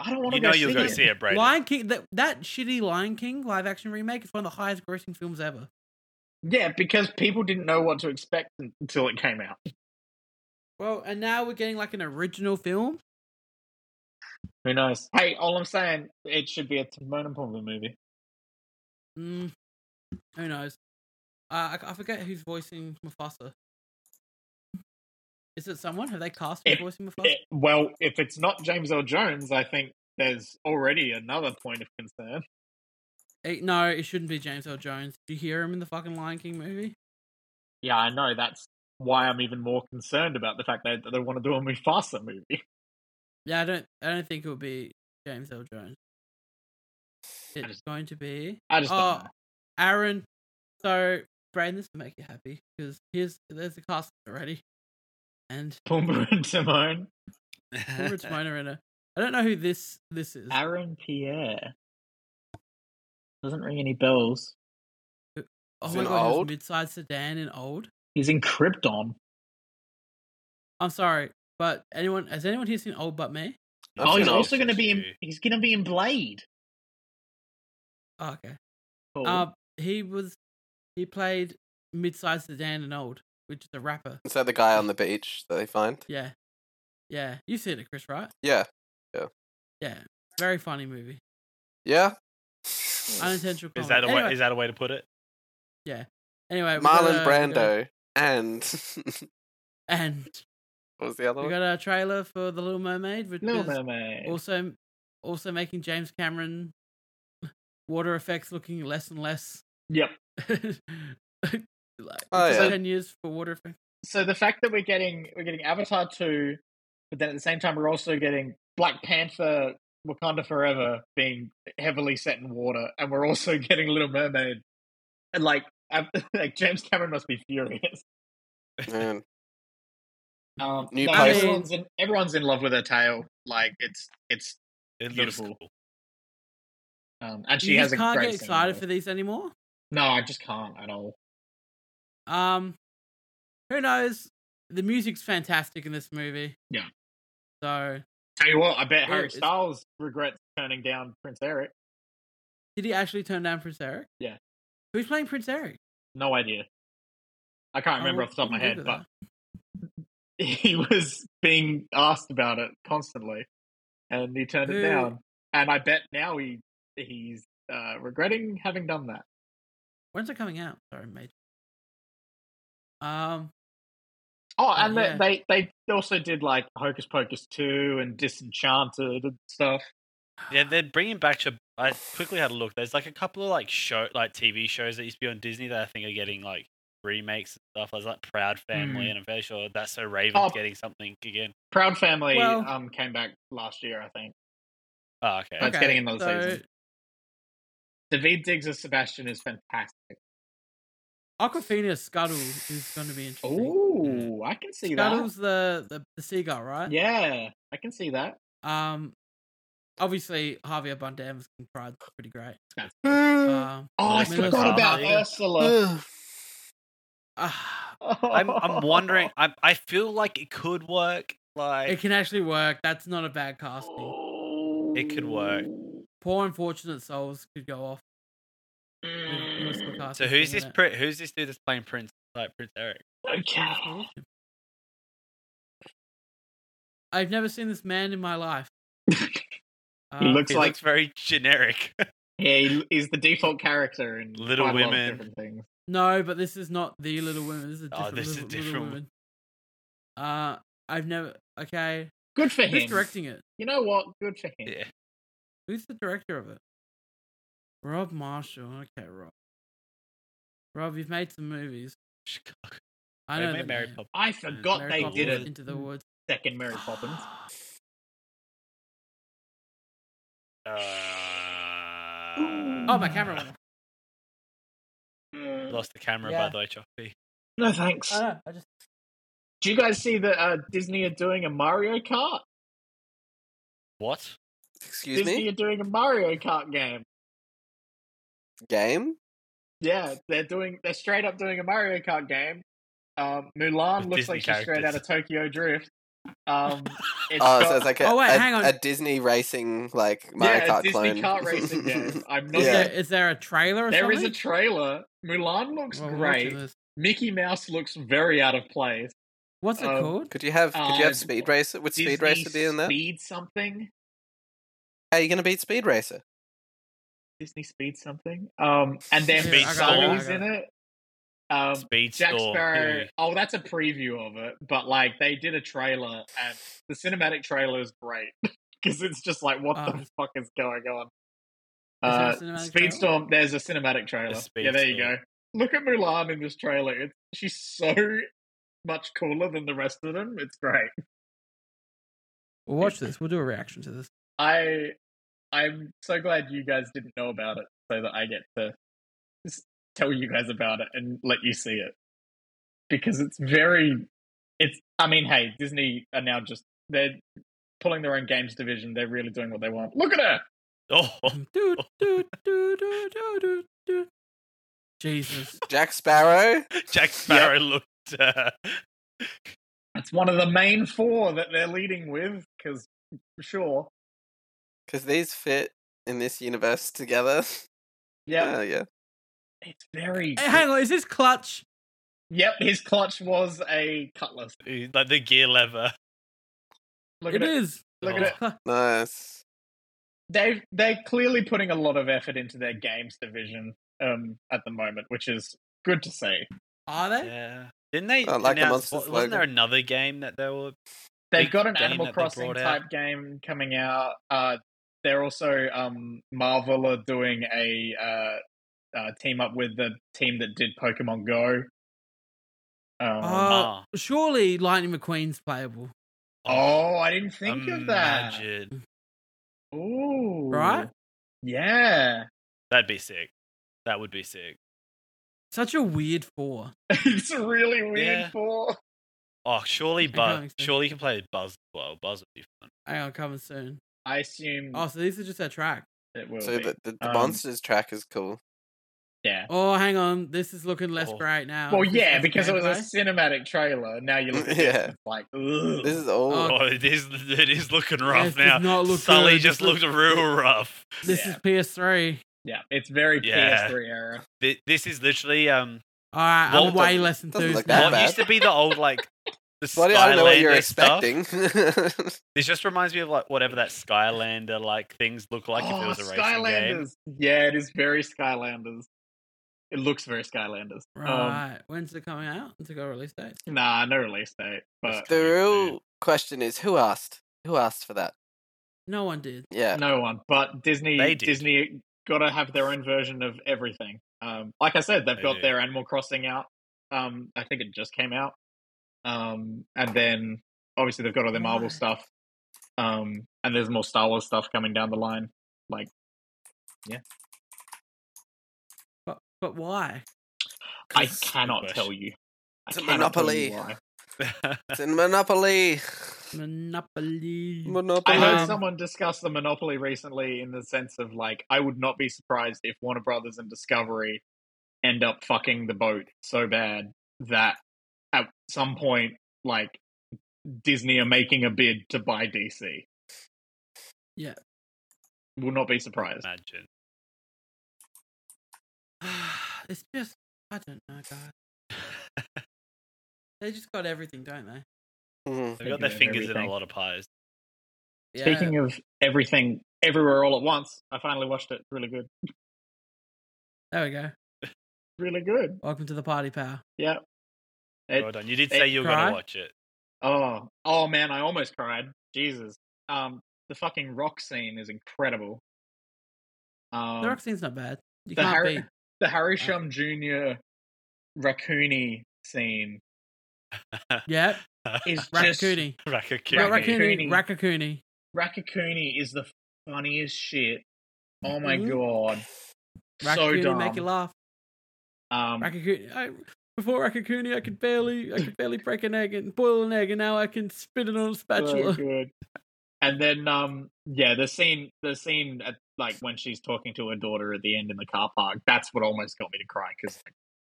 Speaker 2: I don't want to
Speaker 3: You know you'll go
Speaker 2: it.
Speaker 3: see it, Braden. (laughs)
Speaker 1: Lion King, that, that shitty Lion King live action remake is one of the highest grossing films ever.
Speaker 2: Yeah, because people didn't know what to expect un- until it came out.
Speaker 1: Well, and now we're getting like an original film.
Speaker 2: Who knows? Hey, all I'm saying, it should be a Timon and Pumbaa movie.
Speaker 1: Mm, who knows? Uh, I, I forget who's voicing Mufasa. Is it someone? Have they cast who's
Speaker 2: It-
Speaker 1: voicing Mufasa?
Speaker 2: It- Eh, well, if it's not James L. Jones, I think there's already another point of concern.
Speaker 1: Eh, no, it shouldn't be James L. Jones. Did you hear him in the fucking Lion King movie?
Speaker 2: Yeah, I know. That's why I'm even more concerned about the fact that that they want to do a Mufasa movie.
Speaker 1: Yeah, I don't. I don't think it would be James L. Jones. It's
Speaker 2: just-
Speaker 1: going to be
Speaker 2: I just
Speaker 1: Oh.
Speaker 2: don't know.
Speaker 1: Aaron. So, Brayden, this will make you happy because here's there's the cast already, and
Speaker 2: Pumbaa and Timon. (laughs)
Speaker 1: Puma Timon are in it. I don't know who this this is.
Speaker 2: Aaron Pierre. Doesn't ring any bells.
Speaker 1: Oh
Speaker 4: Is
Speaker 1: my
Speaker 4: it
Speaker 1: god, he was
Speaker 4: old?
Speaker 1: mid-sized sedan and old.
Speaker 2: He's in Krypton.
Speaker 1: I'm sorry, but anyone has anyone here seen Old But Me?
Speaker 4: That's
Speaker 2: oh, he's
Speaker 4: an
Speaker 2: also
Speaker 4: option
Speaker 2: going to be in. He's going to be in Blade.
Speaker 1: Oh, okay.
Speaker 2: Cool.
Speaker 1: Uh, he was he played mid-sized sedan and old, which is a rapper.
Speaker 4: Is that the guy on the beach that they find?
Speaker 1: Yeah, yeah. You've seen it, Chris, right?
Speaker 4: Yeah.
Speaker 1: Yeah. Very funny movie.
Speaker 4: Yeah.
Speaker 1: Unintentional.
Speaker 3: Is
Speaker 1: Comment.
Speaker 3: that a
Speaker 1: anyway,
Speaker 3: way? Is that a way to put it?
Speaker 1: anyway, we
Speaker 4: Marlon
Speaker 1: got a- we got a-
Speaker 4: Brando and (laughs)
Speaker 1: and
Speaker 4: what was the other
Speaker 1: we
Speaker 4: one?
Speaker 1: got a trailer for the Little Mermaid, which
Speaker 2: Little
Speaker 1: is
Speaker 2: Mermaid.
Speaker 1: also also making James Cameron water effects looking less and less (laughs)
Speaker 2: Yep.
Speaker 1: like
Speaker 4: Oh,
Speaker 1: it's
Speaker 4: yeah.
Speaker 1: ten years for water effects.
Speaker 2: So the fact that we're getting we're getting Avatar two, but then at the same time we're also getting Black Panther Wakanda Forever being heavily set in water, and we're also (laughs) getting Little Mermaid, and like, i (laughs) like James Cameron must be furious.
Speaker 4: Man.
Speaker 2: Um,
Speaker 4: New
Speaker 2: no,
Speaker 4: place.
Speaker 2: everyone's in, everyone's in love with her tail. Like, it's it's
Speaker 3: It
Speaker 2: Beautiful.
Speaker 3: looks cool.
Speaker 2: um, and she
Speaker 1: you
Speaker 2: has
Speaker 1: just
Speaker 2: a
Speaker 1: can't
Speaker 2: great
Speaker 1: get excited
Speaker 2: singing
Speaker 1: for these anymore.
Speaker 2: voice. No, I just can't at all.
Speaker 1: Um, who knows? The music's fantastic in this movie.
Speaker 2: Yeah.
Speaker 1: So
Speaker 2: Tell you what, I bet
Speaker 1: Yeah,
Speaker 2: Harry
Speaker 1: it's-
Speaker 2: Styles regrets turning down Prince Eric.
Speaker 1: did he actually turn down Prince Eric?
Speaker 2: Yeah.
Speaker 1: Who's playing Prince Eric?
Speaker 2: No idea. I can't remember
Speaker 1: will
Speaker 2: off the top of my
Speaker 1: Google
Speaker 2: head,
Speaker 1: that.
Speaker 2: but (laughs) he was being asked about it constantly, and he turned it
Speaker 1: Who-
Speaker 2: down. And I bet now he he's uh, regretting having done that.
Speaker 1: When's it coming out? Sorry, mate. Um,
Speaker 2: Oh, and
Speaker 1: Oh,
Speaker 2: they-
Speaker 1: yeah.
Speaker 2: they, they also did like Hocus Pocus two and Disenchanted and stuff.
Speaker 3: Yeah, they're bringing back. Chib- I quickly had a look. There's like a couple of like show, like TV shows that used to be on Disney that I think are getting like remakes and stuff. There's like Proud Family,
Speaker 2: Hmm.
Speaker 3: and I'm fairly sure that's so Raven's
Speaker 2: Oh.
Speaker 3: getting something again.
Speaker 2: Proud Family
Speaker 1: Well-
Speaker 2: um came back last year, I think.
Speaker 3: Oh, okay.
Speaker 2: That's getting another
Speaker 1: so
Speaker 2: season. David Diggs as Sebastian is fantastic.
Speaker 1: Aquafina Scuttle is going to be interesting.
Speaker 2: Ooh, I can see that.
Speaker 1: Scuttle's the, the the seagull, right?
Speaker 2: Yeah, I can see that.
Speaker 1: Um, obviously Javier Bardem can try. It's pretty
Speaker 2: (gasps)
Speaker 1: great.
Speaker 4: Ugh.
Speaker 1: Um,
Speaker 2: Oh, I
Speaker 3: Like
Speaker 1: Mila
Speaker 2: forgot about
Speaker 1: Kunis.
Speaker 2: Ursula.
Speaker 1: ah,
Speaker 3: I'm I'm
Speaker 2: (laughs)
Speaker 3: wondering. I I feel like it could work.
Speaker 1: it
Speaker 3: Like
Speaker 1: can actually work. That's not a bad casting.
Speaker 3: It could work.
Speaker 1: Poor unfortunate souls could go off. with (laughs) Lewis
Speaker 2: Mm,
Speaker 1: Lucass's
Speaker 3: so, who's
Speaker 1: thing,
Speaker 3: this?
Speaker 1: innit?
Speaker 3: Pri- who's this dude that's playing Prince? Like Prince Eric?
Speaker 2: Okay.
Speaker 1: I've never seen this man in my life. Uh,
Speaker 2: He looks
Speaker 3: He
Speaker 2: like-
Speaker 3: looks very generic. (laughs)
Speaker 2: Yeah, he- he's the default character in
Speaker 3: Little
Speaker 2: quite a lot of
Speaker 3: Women.
Speaker 2: different things.
Speaker 1: no, but this is not the Little Women. This is a
Speaker 3: Oh,
Speaker 1: different,
Speaker 3: this is
Speaker 1: little,
Speaker 3: different
Speaker 1: little
Speaker 3: one.
Speaker 1: Women. Uh, I've never. Okay,
Speaker 2: Good for
Speaker 1: who's
Speaker 2: him.
Speaker 1: directing it?
Speaker 2: You know what? Good for him.
Speaker 3: yeah.
Speaker 1: Who's the director of it? Rob Marshall. Okay, Rob. Rob, you've made some movies.
Speaker 3: Chicago.
Speaker 1: I
Speaker 3: They
Speaker 1: know
Speaker 3: made
Speaker 1: the
Speaker 3: Mary
Speaker 1: name.
Speaker 3: Poppins.
Speaker 2: I forgot
Speaker 1: Mary
Speaker 2: they
Speaker 1: Poppins
Speaker 2: did a
Speaker 1: Into the Woods.
Speaker 2: second Mary Poppins.
Speaker 3: Uh,
Speaker 1: Oh, my camera went off.
Speaker 2: Mm,
Speaker 3: Lost the camera
Speaker 1: Yeah.
Speaker 3: by the way, Choppy.
Speaker 2: No thanks.
Speaker 4: Uh,
Speaker 1: I know. I just.
Speaker 2: Do you guys see that uh, Disney are doing a Mario Kart?
Speaker 3: What?
Speaker 4: Excuse
Speaker 2: Disney
Speaker 4: me?
Speaker 2: are doing a Mario Kart game.
Speaker 4: Game?
Speaker 2: Yeah, they're doing. They're straight up doing a Mario Kart game. Um, Mulan
Speaker 3: With
Speaker 2: looks
Speaker 3: Disney
Speaker 2: like she's straight out of
Speaker 3: characters.
Speaker 2: Tokyo Drift.
Speaker 4: (laughs)
Speaker 2: Um, it's
Speaker 4: Oh,
Speaker 2: got-
Speaker 4: so it's like a,
Speaker 1: Oh, wait,
Speaker 4: a-
Speaker 1: hang on.
Speaker 4: a Disney racing, like Mario
Speaker 2: yeah,
Speaker 4: Kart
Speaker 2: Disney
Speaker 4: clone. (laughs)
Speaker 2: kart racing game. I'm not.
Speaker 1: Is,
Speaker 4: Yeah.
Speaker 1: there, is there a trailer or
Speaker 2: There is
Speaker 1: something?
Speaker 2: a trailer. Mulan looks
Speaker 1: Well, we're watching
Speaker 2: great.
Speaker 1: this.
Speaker 2: Mickey Mouse looks very out of place.
Speaker 1: What's it
Speaker 2: Um,
Speaker 1: called?
Speaker 4: could you have could you
Speaker 1: Oh,
Speaker 2: Uh,
Speaker 4: have Speed Racer? Would Speed
Speaker 2: Disney
Speaker 4: Racer be in that?
Speaker 2: Speed something.
Speaker 4: How are you going to beat Speed Racer?
Speaker 2: Disney Speed something. Um, and then
Speaker 3: Speed
Speaker 2: Big
Speaker 3: Storm.
Speaker 2: Stories in it. Um,
Speaker 3: Speed
Speaker 2: Jack
Speaker 3: Storm.
Speaker 2: Sparrow.
Speaker 3: Ooh.
Speaker 2: Oh, that's a preview of it, but like they did a trailer, and the cinematic trailer is great (laughs) because it's just like, what
Speaker 1: Oh.
Speaker 2: the fuck is going on? Uh,
Speaker 1: Is there a cinematic trailer?
Speaker 2: Speedstorm. There's a cinematic trailer.
Speaker 3: Speed
Speaker 2: Yeah, there you go.
Speaker 3: Storm.
Speaker 2: Look at Mulan in this trailer. It's, she's so much cooler than the rest of them. It's great.
Speaker 1: We'll watch this. We'll do a reaction to this.
Speaker 2: I I'm so glad you guys didn't know about it, so that I get to s- tell you guys about it and let you see it because it's very. It's. I mean, hey, Disney are now just they're pulling their own games division. They're really doing what they want. Look at her.
Speaker 3: (laughs) Oh,
Speaker 1: (laughs) Doo,
Speaker 2: (laughs)
Speaker 1: doo, doo, doo, doo, doo, doo.
Speaker 2: (laughs)
Speaker 1: Jesus.
Speaker 4: Jack Sparrow?
Speaker 3: (laughs) Jack Sparrow looked. Uh,
Speaker 2: It's one of the main four that they're leading with because sure,
Speaker 4: Because these fit in this universe together. (laughs)
Speaker 2: yeah,
Speaker 4: Oh, yeah.
Speaker 2: it's very.
Speaker 1: Hey, hang on, is this clutch?
Speaker 2: Yep, his clutch was a cutlass.
Speaker 3: like the gear lever.
Speaker 2: Look
Speaker 1: it
Speaker 2: at it.
Speaker 1: is.
Speaker 2: Look at
Speaker 3: Oh.
Speaker 2: it.
Speaker 1: Clu-
Speaker 4: Nice.
Speaker 2: they've they're clearly putting a lot of effort into their games division um at the moment, which is good to see.
Speaker 1: Are they?
Speaker 3: Oh, Yeah. Didn't they?
Speaker 4: I like the
Speaker 3: announce-
Speaker 4: Monsters
Speaker 3: wa- Wasn't there
Speaker 4: logo.
Speaker 3: another game that they were?
Speaker 2: They've
Speaker 3: Big
Speaker 2: got an
Speaker 3: game
Speaker 2: Animal
Speaker 3: that they
Speaker 2: Crossing
Speaker 3: brought
Speaker 2: type game coming out. Uh they're also um Marvel are doing a uh, uh team up with the team that did Pokemon Go. Um,
Speaker 1: Oh.
Speaker 2: oh,
Speaker 3: Ah, oh,
Speaker 1: Surely Lightning McQueen's playable.
Speaker 2: I didn't think of oh, that.
Speaker 3: imagine.
Speaker 2: Ooh.
Speaker 1: Right?
Speaker 2: Yeah. (laughs)
Speaker 3: That'd be sick. That would be sick.
Speaker 1: Such a weird four.
Speaker 2: it's a really weird
Speaker 3: Yeah.
Speaker 2: four.
Speaker 3: Oh, surely
Speaker 1: can't
Speaker 3: Buzz.
Speaker 1: explain.
Speaker 3: Surely you can play Buzz as well. Buzz would be fun.
Speaker 1: Hang on, coming soon.
Speaker 2: I assume
Speaker 1: Oh, so these are just our track.
Speaker 2: it will
Speaker 4: So
Speaker 2: be.
Speaker 4: the, the, the
Speaker 2: Um,
Speaker 4: monsters track is cool.
Speaker 2: yeah.
Speaker 1: Oh, hang on. This is looking less
Speaker 3: Oh.
Speaker 1: great now.
Speaker 2: Well,
Speaker 1: Is this
Speaker 2: yeah,
Speaker 1: just
Speaker 2: because it was
Speaker 1: gameplay?
Speaker 2: a cinematic trailer. Now you look at it,
Speaker 4: Yeah.
Speaker 2: and it's like, ugh.
Speaker 4: This is all.
Speaker 1: Oh,
Speaker 3: Oh, it is. It is looking rough
Speaker 1: This does
Speaker 3: now.
Speaker 1: not look
Speaker 3: Sully
Speaker 1: good.
Speaker 3: just
Speaker 1: This
Speaker 3: looked real rough.
Speaker 1: This
Speaker 2: Yeah.
Speaker 1: is PS3.
Speaker 2: yeah, it's very
Speaker 3: Yeah.
Speaker 2: PS3 era.
Speaker 3: Thi- This is literally um.
Speaker 1: All right,
Speaker 3: Well,
Speaker 1: I'm
Speaker 3: it
Speaker 1: way
Speaker 4: doesn't-
Speaker 1: less enthused
Speaker 4: doesn't look
Speaker 1: now.
Speaker 4: that
Speaker 3: What
Speaker 4: bad.
Speaker 3: used to be the old like the
Speaker 4: Bloody, I don't know what you're
Speaker 3: Skylander stuff.
Speaker 4: expecting. (laughs)
Speaker 3: This just reminds me of like whatever that Skylander like things look like if it was a racing game.
Speaker 2: Oh, Skylanders. Yeah, it is very Skylanders. It looks very Skylanders. Um,
Speaker 1: Right. When's it coming out? When's it got a release date?
Speaker 2: nah, no release date, but
Speaker 4: the real question is who asked? Who asked for that?
Speaker 1: No one did.
Speaker 4: Yeah.
Speaker 2: no one. But Disney,
Speaker 3: They did.
Speaker 2: Disney got to have their own version of everything. Um, like I said, they've
Speaker 3: They
Speaker 2: got
Speaker 3: do.
Speaker 2: their Animal Crossing out. Um, I think it just came out. Um, and then obviously they've got all their Marvel
Speaker 1: Right.
Speaker 2: stuff. Um, and there's more Star Wars stuff coming down the line.
Speaker 1: But but why?
Speaker 2: I
Speaker 3: Good
Speaker 2: cannot
Speaker 3: question.
Speaker 2: tell you. I
Speaker 4: It's a
Speaker 2: cannot tell you
Speaker 4: monopoly.
Speaker 2: why.
Speaker 4: It's
Speaker 1: (laughs)
Speaker 4: in Monopoly.
Speaker 1: Monopoly.
Speaker 2: I
Speaker 4: Monopoly.
Speaker 2: heard
Speaker 1: Um,
Speaker 2: someone discuss the monopoly recently in the sense of like, I would not be surprised if Warner Brothers and Discovery end up fucking the boat so bad that at some point, like Disney are making a bid to buy DC.
Speaker 1: Yeah.
Speaker 2: will not be surprised.
Speaker 3: (laughs) Imagine.
Speaker 1: (sighs) it's just I don't know, guys. they just got everything, don't they?
Speaker 3: They've got
Speaker 4: Mhm.
Speaker 2: Thinking
Speaker 3: their
Speaker 2: of
Speaker 3: fingers in
Speaker 2: everything.
Speaker 3: a lot of pies.
Speaker 1: Yeah.
Speaker 2: Speaking of everything, everywhere all at once, I finally watched it. Really good.
Speaker 1: there we go.
Speaker 2: Really good.
Speaker 1: Welcome to the party, pal.
Speaker 2: Yeah. It-
Speaker 3: well done. You did
Speaker 2: it-
Speaker 3: say you were going
Speaker 1: Cry?
Speaker 3: to
Speaker 1: (laughs)
Speaker 3: watch it.
Speaker 2: Oh, oh man, I almost cried. Jesus. Um, the fucking rock scene is incredible. Um,
Speaker 1: the rock scene's not bad. You
Speaker 2: the
Speaker 1: can't
Speaker 2: Harry-
Speaker 1: beat.
Speaker 2: the Harry Shum Jr. raccoony scene
Speaker 1: Yeah,
Speaker 2: is (laughs) just
Speaker 1: Rakakuni. Not Rakakuni.
Speaker 2: Rakakuni.
Speaker 3: Rakakuni.
Speaker 1: Rakakuni.
Speaker 2: raccoony is the funniest shit. Oh my
Speaker 1: Mhm.
Speaker 2: god, so
Speaker 1: Rakakuni
Speaker 2: dumb.
Speaker 1: make you laugh.
Speaker 2: um,
Speaker 1: Rakakuni. I, before Rakakuni, I could barely, I could barely break an egg and boil an egg, and now I can spit it on a (laughs)
Speaker 2: so
Speaker 1: spatula.
Speaker 2: good. And then, um, yeah, the scene, the scene at like when she's talking to her daughter at the end in the car park. That's what almost got me to cry because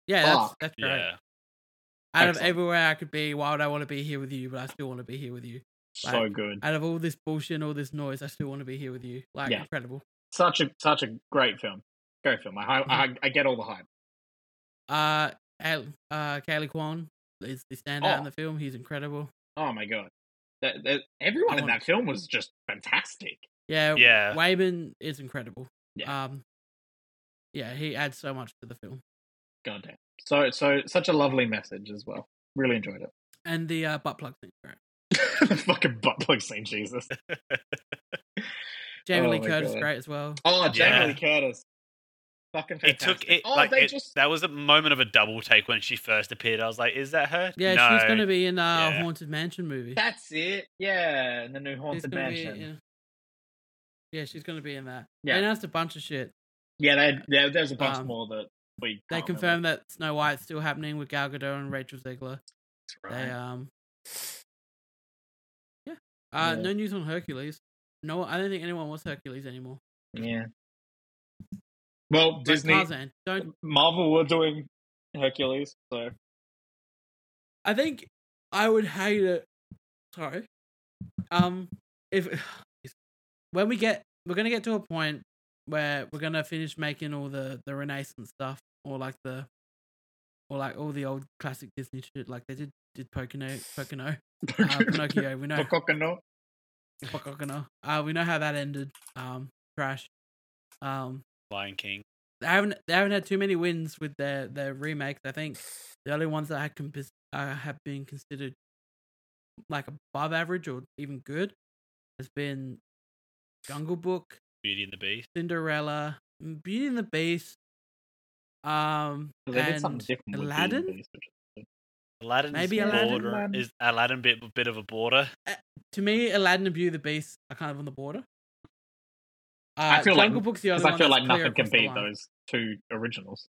Speaker 1: Yeah, that's,
Speaker 2: Fuck.
Speaker 1: that's great.
Speaker 3: Yeah.
Speaker 1: Out of
Speaker 2: Excellent.
Speaker 1: everywhere I could be, why would I want to be here with you? But I still want to be here with you.
Speaker 2: so
Speaker 1: Like,
Speaker 2: good.
Speaker 1: Out of all this bullshit and all this noise, I still want to be here with you. Like
Speaker 2: Yeah.
Speaker 1: incredible.
Speaker 2: such a such a great film. Great film. I hi-
Speaker 3: Mm-hmm.
Speaker 2: I, I get all the hype.
Speaker 1: Uh, Al, uh, Kaylee Kwan is the standout in
Speaker 2: Oh.
Speaker 1: the film. He's incredible.
Speaker 2: Oh my god, that, that- everyone
Speaker 1: I
Speaker 3: Oh,
Speaker 2: in
Speaker 1: want-
Speaker 2: that film was just fantastic.
Speaker 1: Yeah,
Speaker 3: Yeah.
Speaker 1: Wayman is incredible.
Speaker 2: Yeah.
Speaker 1: Um, yeah, he adds so much to the film.
Speaker 2: God damn. So so such a lovely message as well. Really enjoyed it. (laughs)
Speaker 1: And the uh, butt plug thing. Right?
Speaker 2: the fucking butt plug scene, Jesus.
Speaker 1: (laughs) Jamie
Speaker 2: Oh
Speaker 1: Lee
Speaker 2: my
Speaker 1: Curtis
Speaker 2: God.
Speaker 1: great as well.
Speaker 2: Oh, Jamie
Speaker 3: Yeah.
Speaker 2: Lee Curtis. Fucking
Speaker 3: It
Speaker 2: fantastic.
Speaker 3: took it
Speaker 2: oh,
Speaker 3: like
Speaker 2: they
Speaker 3: it,
Speaker 2: just
Speaker 3: that was a moment of a double take when she first appeared. I was like, "Is that her?"
Speaker 1: Yeah,
Speaker 3: no.
Speaker 1: she's gonna be in uh
Speaker 3: Yeah.
Speaker 1: Haunted Mansion movie.
Speaker 2: that's it. Yeah, in the new
Speaker 1: She's
Speaker 2: haunted
Speaker 1: gonna
Speaker 2: mansion.
Speaker 1: Be, in- yeah, she's gonna be in that.
Speaker 2: Yeah.
Speaker 1: They announced a bunch of shit.
Speaker 2: yeah, they, there there's a bunch
Speaker 1: Um,
Speaker 2: more that we
Speaker 1: They
Speaker 2: can't
Speaker 1: confirmed that Snow White's still happening with Gal Gadot and Rachel Zegler.
Speaker 2: remember.
Speaker 1: They
Speaker 2: Right.
Speaker 1: um (sighs) Yeah. Uh
Speaker 2: Yeah.
Speaker 1: no news on Hercules. No I don't think anyone wants Hercules anymore.
Speaker 2: Yeah. Well,
Speaker 1: Like
Speaker 2: Disney,
Speaker 1: Tarzan. Don't
Speaker 2: Marvel were doing Hercules,
Speaker 1: Uh,
Speaker 2: (laughs) so
Speaker 1: I think I would hate it sorry. Um if (sighs) when we get we're gonna get to a point where we're gonna finish making all the the Renaissance stuff or like the or like all the old classic Disney shit like they did did Pocono Pocono
Speaker 2: (laughs)
Speaker 1: uh, Pinocchio we know
Speaker 2: Pocono.
Speaker 1: Pocono uh we know how that ended um trash um
Speaker 3: Lion King.
Speaker 1: they haven't they haven't had too many wins with their their remakes. I think the only ones that have, compis- uh, have been considered like above average or even good has been Jungle Book,
Speaker 3: Beauty and the Beast.
Speaker 1: Cinderella, Beauty and the Beast, um,
Speaker 2: They did something
Speaker 1: and
Speaker 2: different with
Speaker 1: Aladdin?
Speaker 2: Beauty and the Beast, which-
Speaker 3: Aladdin
Speaker 1: Maybe
Speaker 3: is
Speaker 1: Aladdin,
Speaker 3: border
Speaker 2: Aladdin.
Speaker 3: is Aladdin bit bit of a border.
Speaker 1: to me, Aladdin and Beauty and the Beast are kind of on the border. Uh,
Speaker 2: I feel like-
Speaker 1: Jungle Book's the only
Speaker 2: Because
Speaker 1: one
Speaker 2: I feel
Speaker 1: that's
Speaker 2: like
Speaker 1: clear
Speaker 2: nothing can
Speaker 1: across the
Speaker 2: beat
Speaker 1: line.
Speaker 2: those two originals.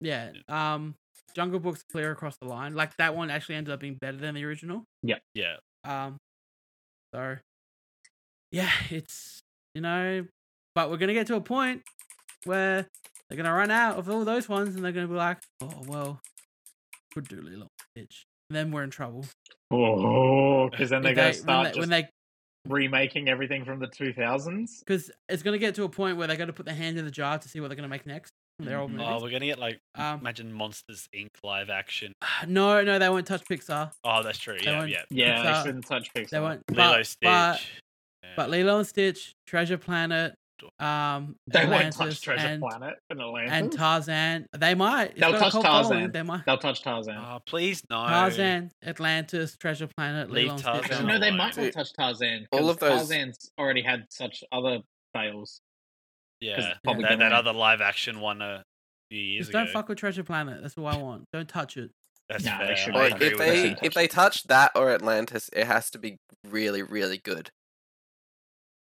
Speaker 1: Yeah. Um, Jungle Book's clear across the line. Like that one actually ended up being better than the original.
Speaker 3: Yeah.
Speaker 1: Um, so yeah, it's you know, but we're gonna get to a point where they're gonna run out of all those ones, and they're gonna be like, oh well, could do little bitch. And then we're in trouble.
Speaker 2: Oh, because then they're
Speaker 1: If
Speaker 2: going
Speaker 1: they-
Speaker 2: to start
Speaker 1: when
Speaker 2: just
Speaker 1: they
Speaker 2: remaking everything from the 2000s.
Speaker 1: because it's gonna get to a point where they got to put their hand in the jar to see what they're gonna make next. They're all
Speaker 2: Mhm.
Speaker 1: movies.
Speaker 3: Oh, we're gonna get like
Speaker 1: Um,
Speaker 3: imagine Monsters Inc. live action.
Speaker 1: (sighs) no, no, they won't touch Pixar.
Speaker 3: Oh, that's true. Yeah,
Speaker 1: won't-
Speaker 3: yeah.
Speaker 2: Yeah,
Speaker 1: Pixar-
Speaker 2: they shouldn't touch Pixar.
Speaker 1: uh, They won't.
Speaker 3: Lilo
Speaker 1: but-
Speaker 3: Stitch.
Speaker 1: but-
Speaker 3: Yeah.
Speaker 1: But Lilo and Stitch, Treasure Planet, um,
Speaker 2: They won't
Speaker 1: Atlantis,
Speaker 2: touch Treasure
Speaker 1: and,
Speaker 2: Planet and Atlantis.
Speaker 1: and Tarzan. They might. It's
Speaker 2: They'll
Speaker 1: got a
Speaker 2: touch
Speaker 1: cult following,
Speaker 2: Tarzan.
Speaker 1: They might.
Speaker 2: They'll touch Tarzan.
Speaker 3: oh, please no.
Speaker 1: Tarzan, Atlantis, Treasure Planet,
Speaker 3: Leave
Speaker 1: Lilo and Stitch.
Speaker 3: Tarzan
Speaker 2: Actually, no, they
Speaker 3: alone.
Speaker 2: might not
Speaker 4: Dude,
Speaker 2: touch Tarzan.
Speaker 4: all
Speaker 2: 'cause
Speaker 4: of those-
Speaker 2: Tarzan's already had such other fails. 'cause
Speaker 3: Yeah,
Speaker 2: it's public
Speaker 3: that, that
Speaker 2: domain.
Speaker 3: other live action one a few years
Speaker 1: Just
Speaker 3: ago.
Speaker 1: don't fuck with Treasure Planet. That's all I want. Don't touch it.
Speaker 3: That's
Speaker 2: Nah, they
Speaker 3: fair.
Speaker 2: shouldn't
Speaker 3: I
Speaker 4: Like
Speaker 2: touch
Speaker 3: agree
Speaker 4: if
Speaker 3: with
Speaker 4: they
Speaker 3: that.
Speaker 4: if they touch that or Atlantis, it has to be really really good.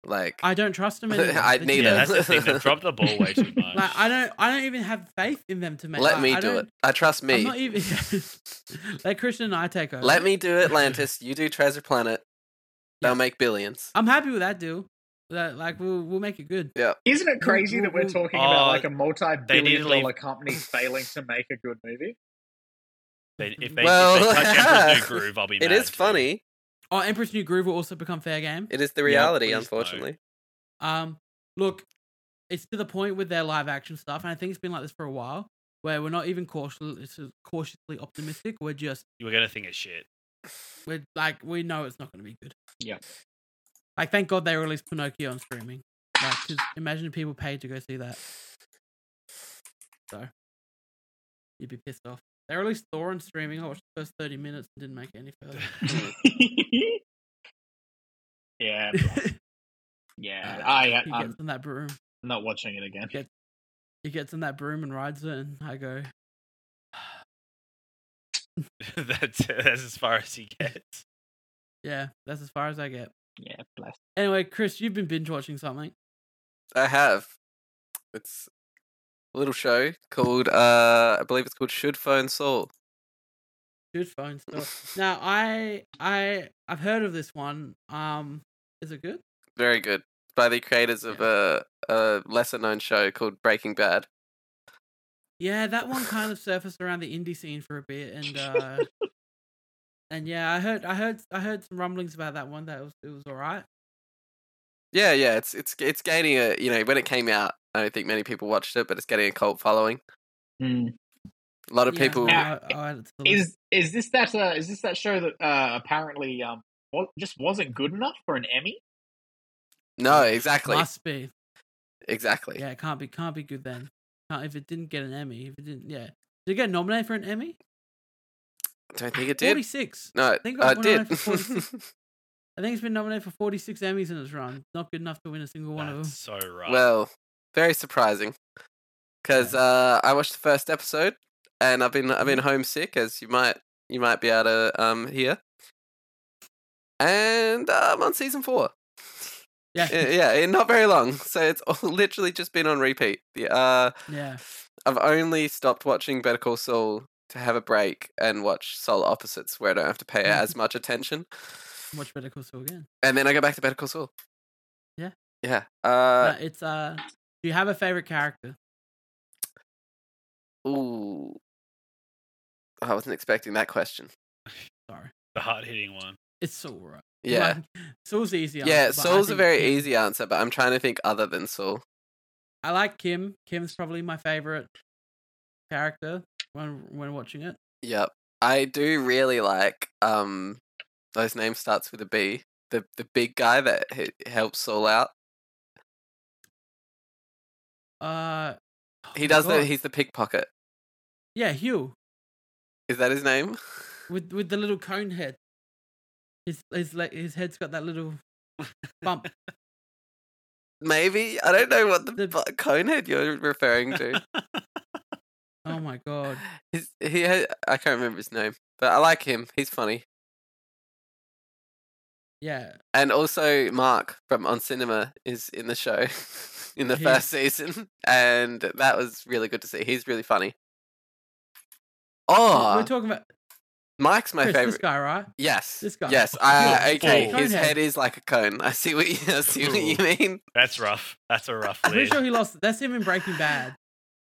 Speaker 4: Like
Speaker 1: I don't trust them anymore.
Speaker 4: I'd
Speaker 1: They
Speaker 4: need
Speaker 1: just-
Speaker 3: yeah,
Speaker 4: them.
Speaker 3: that's the thing. They dropped the ball way too much.
Speaker 1: (laughs) Like I don't. I don't even have faith in them to make.
Speaker 4: let
Speaker 1: like,
Speaker 4: me
Speaker 1: I
Speaker 4: do
Speaker 1: don't-
Speaker 4: it. I trust
Speaker 1: I'm not
Speaker 4: me.
Speaker 1: even. (laughs) Let Christian and I take over.
Speaker 4: Let
Speaker 1: (laughs)
Speaker 4: me do Atlantis. You do Treasure Planet. They'll
Speaker 1: Yeah.
Speaker 4: make billions.
Speaker 1: I'm happy with that deal. That like we'll we'll make it good.
Speaker 2: Isn't it crazy that we're talking about
Speaker 3: Oh,
Speaker 2: like a
Speaker 3: they need
Speaker 2: multi-billion
Speaker 3: to leave-
Speaker 2: dollar company failing to make a good (laughs) movie?
Speaker 3: They- if they,
Speaker 4: Well,
Speaker 3: if they touch Emperor's
Speaker 4: (laughs) yeah.
Speaker 3: New Groove, I'll be.
Speaker 4: It
Speaker 3: mad
Speaker 4: is
Speaker 3: too.
Speaker 4: funny.
Speaker 1: Oh, Empress New Groove will also become fair game.
Speaker 4: It is the
Speaker 3: Yeah,
Speaker 4: reality,
Speaker 3: please, no.
Speaker 4: unfortunately.
Speaker 1: Um, look, it's to the point with their live action stuff, and I think it's been like this for a while, where we're not even cautiously cautiously optimistic. We're just
Speaker 3: We're gonna think it's shit.
Speaker 1: we're like we know it's not going to be good.
Speaker 2: Yeah.
Speaker 1: Like, thank God they released Pinocchio on streaming. Like, 'cause imagine if people paid to go see that. So, you'd be pissed off. They released Thor on streaming. I watched the first thirty minutes and didn't make it any further.
Speaker 3: (laughs)
Speaker 2: yeah, yeah.
Speaker 1: Uh,
Speaker 2: I,
Speaker 1: (laughs) he
Speaker 2: I'm
Speaker 1: gets in that broom.
Speaker 2: not watching it again.
Speaker 1: Yeah. He gets in that broom and rides it, and I go,
Speaker 3: that's that's as far as he gets.
Speaker 1: "Yeah, that's as far as I get."
Speaker 2: Yeah, bless.
Speaker 1: Anyway, Chris, you've been binge watching something.
Speaker 4: I have. It's a little show called uh I believe it's called Should Phone Saul.
Speaker 1: Good phone stuff.
Speaker 2: (laughs)
Speaker 1: now, I, I, I've heard of this one. Um, is it good?
Speaker 4: Very good. By the creators of a, a lesser known show called Breaking Bad.
Speaker 1: Yeah, that one kind of surfaced around the indie scene for a bit, and
Speaker 2: (laughs)
Speaker 1: uh, and yeah, I heard, I heard, I heard some rumblings about that one. That it was, it was all right.
Speaker 4: Yeah, yeah, it's it's it's gaining a you know, when it came out, I don't think many people watched it, but it's getting a cult following.
Speaker 3: Mm.
Speaker 4: A lot of
Speaker 1: Yeah,
Speaker 4: people
Speaker 2: Now-
Speaker 1: I'll- I'll add it to the list.
Speaker 2: Hmm. Is is this that? Uh, is this that show that uh, apparently um wa- just wasn't good enough for an Emmy?
Speaker 4: No, exactly.
Speaker 1: must be.
Speaker 4: Exactly.
Speaker 1: Yeah, it can't be, can't be good then. Can't, if it didn't get an Emmy, if it didn't, yeah, did it get nominated for an Emmy?
Speaker 4: I don't think it did.
Speaker 1: Forty six.
Speaker 4: No, it-
Speaker 1: think
Speaker 4: uh,
Speaker 1: I
Speaker 4: it
Speaker 1: went around
Speaker 4: did.
Speaker 1: for 46. I think it's been nominated for 46 Emmys in its run. Not good enough to win a single one of
Speaker 3: That's
Speaker 1: them.
Speaker 3: so right.
Speaker 4: (laughs) well, very surprising. Cuz uh I watched the first episode and I've been
Speaker 1: Mm-hmm.
Speaker 4: I've been homesick as you might you might be able to um hear. And uh, I'm on
Speaker 1: (laughs)
Speaker 4: season 4.
Speaker 1: Yeah,
Speaker 4: Uh, yeah, in not very long. So it's (laughs) all, literally just been on repeat. The, uh,
Speaker 1: (laughs) yeah.
Speaker 4: I've only stopped watching Better Call Saul to have a break and watch Soul Opposites, where I don't have to pay
Speaker 1: Mhm.
Speaker 4: as much attention.
Speaker 1: Watch Better Call Saul again.
Speaker 4: And then I go back to Better Call Saul.
Speaker 1: Yeah.
Speaker 4: Yeah.
Speaker 1: No,
Speaker 4: Uh,
Speaker 1: it's uh. Do you have a favorite character?
Speaker 4: Ooh. I wasn't expecting that question.
Speaker 1: Sorry,
Speaker 3: the hard hitting one.
Speaker 1: it's Saul. (laughs) Right?
Speaker 4: Yeah.
Speaker 1: Like, Saul's easy. answer,
Speaker 4: yeah,
Speaker 1: but I
Speaker 4: Saul's a
Speaker 1: think
Speaker 4: very
Speaker 1: Kim-
Speaker 4: easy answer, but I'm trying to think other than Saul.
Speaker 1: I like Kim. Kim's probably my favorite character when when watching it.
Speaker 4: Yep. I do really like um those name starts with a B. The the big guy that h- helps Saul out.
Speaker 1: Uh, oh
Speaker 4: He
Speaker 1: my
Speaker 4: does the
Speaker 1: God.
Speaker 4: he's the pickpocket.
Speaker 1: yeah, Hugh
Speaker 4: Is that his name?
Speaker 1: with with the little cone head. His his le- his head's got that little (laughs) bump.
Speaker 4: Maybe I don't know what the,
Speaker 1: The-
Speaker 4: bu- conehead you're
Speaker 1: (laughs)
Speaker 4: referring to.
Speaker 1: Oh my god.
Speaker 4: his, he ha- I can't remember his name, but I like him. He's funny.
Speaker 1: Yeah.
Speaker 4: And also, Mark from On Cinema is in the show (laughs) in the
Speaker 1: He-
Speaker 4: first season, (laughs) and that was really good to see. He's really funny. Oh,
Speaker 1: We're talking about
Speaker 4: Mike's my
Speaker 1: Chris, this
Speaker 4: favorite.
Speaker 1: guy, right?
Speaker 4: Yes,
Speaker 1: this guy.
Speaker 4: Yes, I,
Speaker 3: You're
Speaker 4: okay.
Speaker 3: full.
Speaker 4: His
Speaker 1: Conehead.
Speaker 4: head is like a cone. I see what you, (laughs) I see what you
Speaker 3: Ooh.
Speaker 4: mean.
Speaker 3: That's rough. That's a rough
Speaker 1: I'm pretty
Speaker 3: lead.
Speaker 1: sure he lost. That's him in Breaking Bad.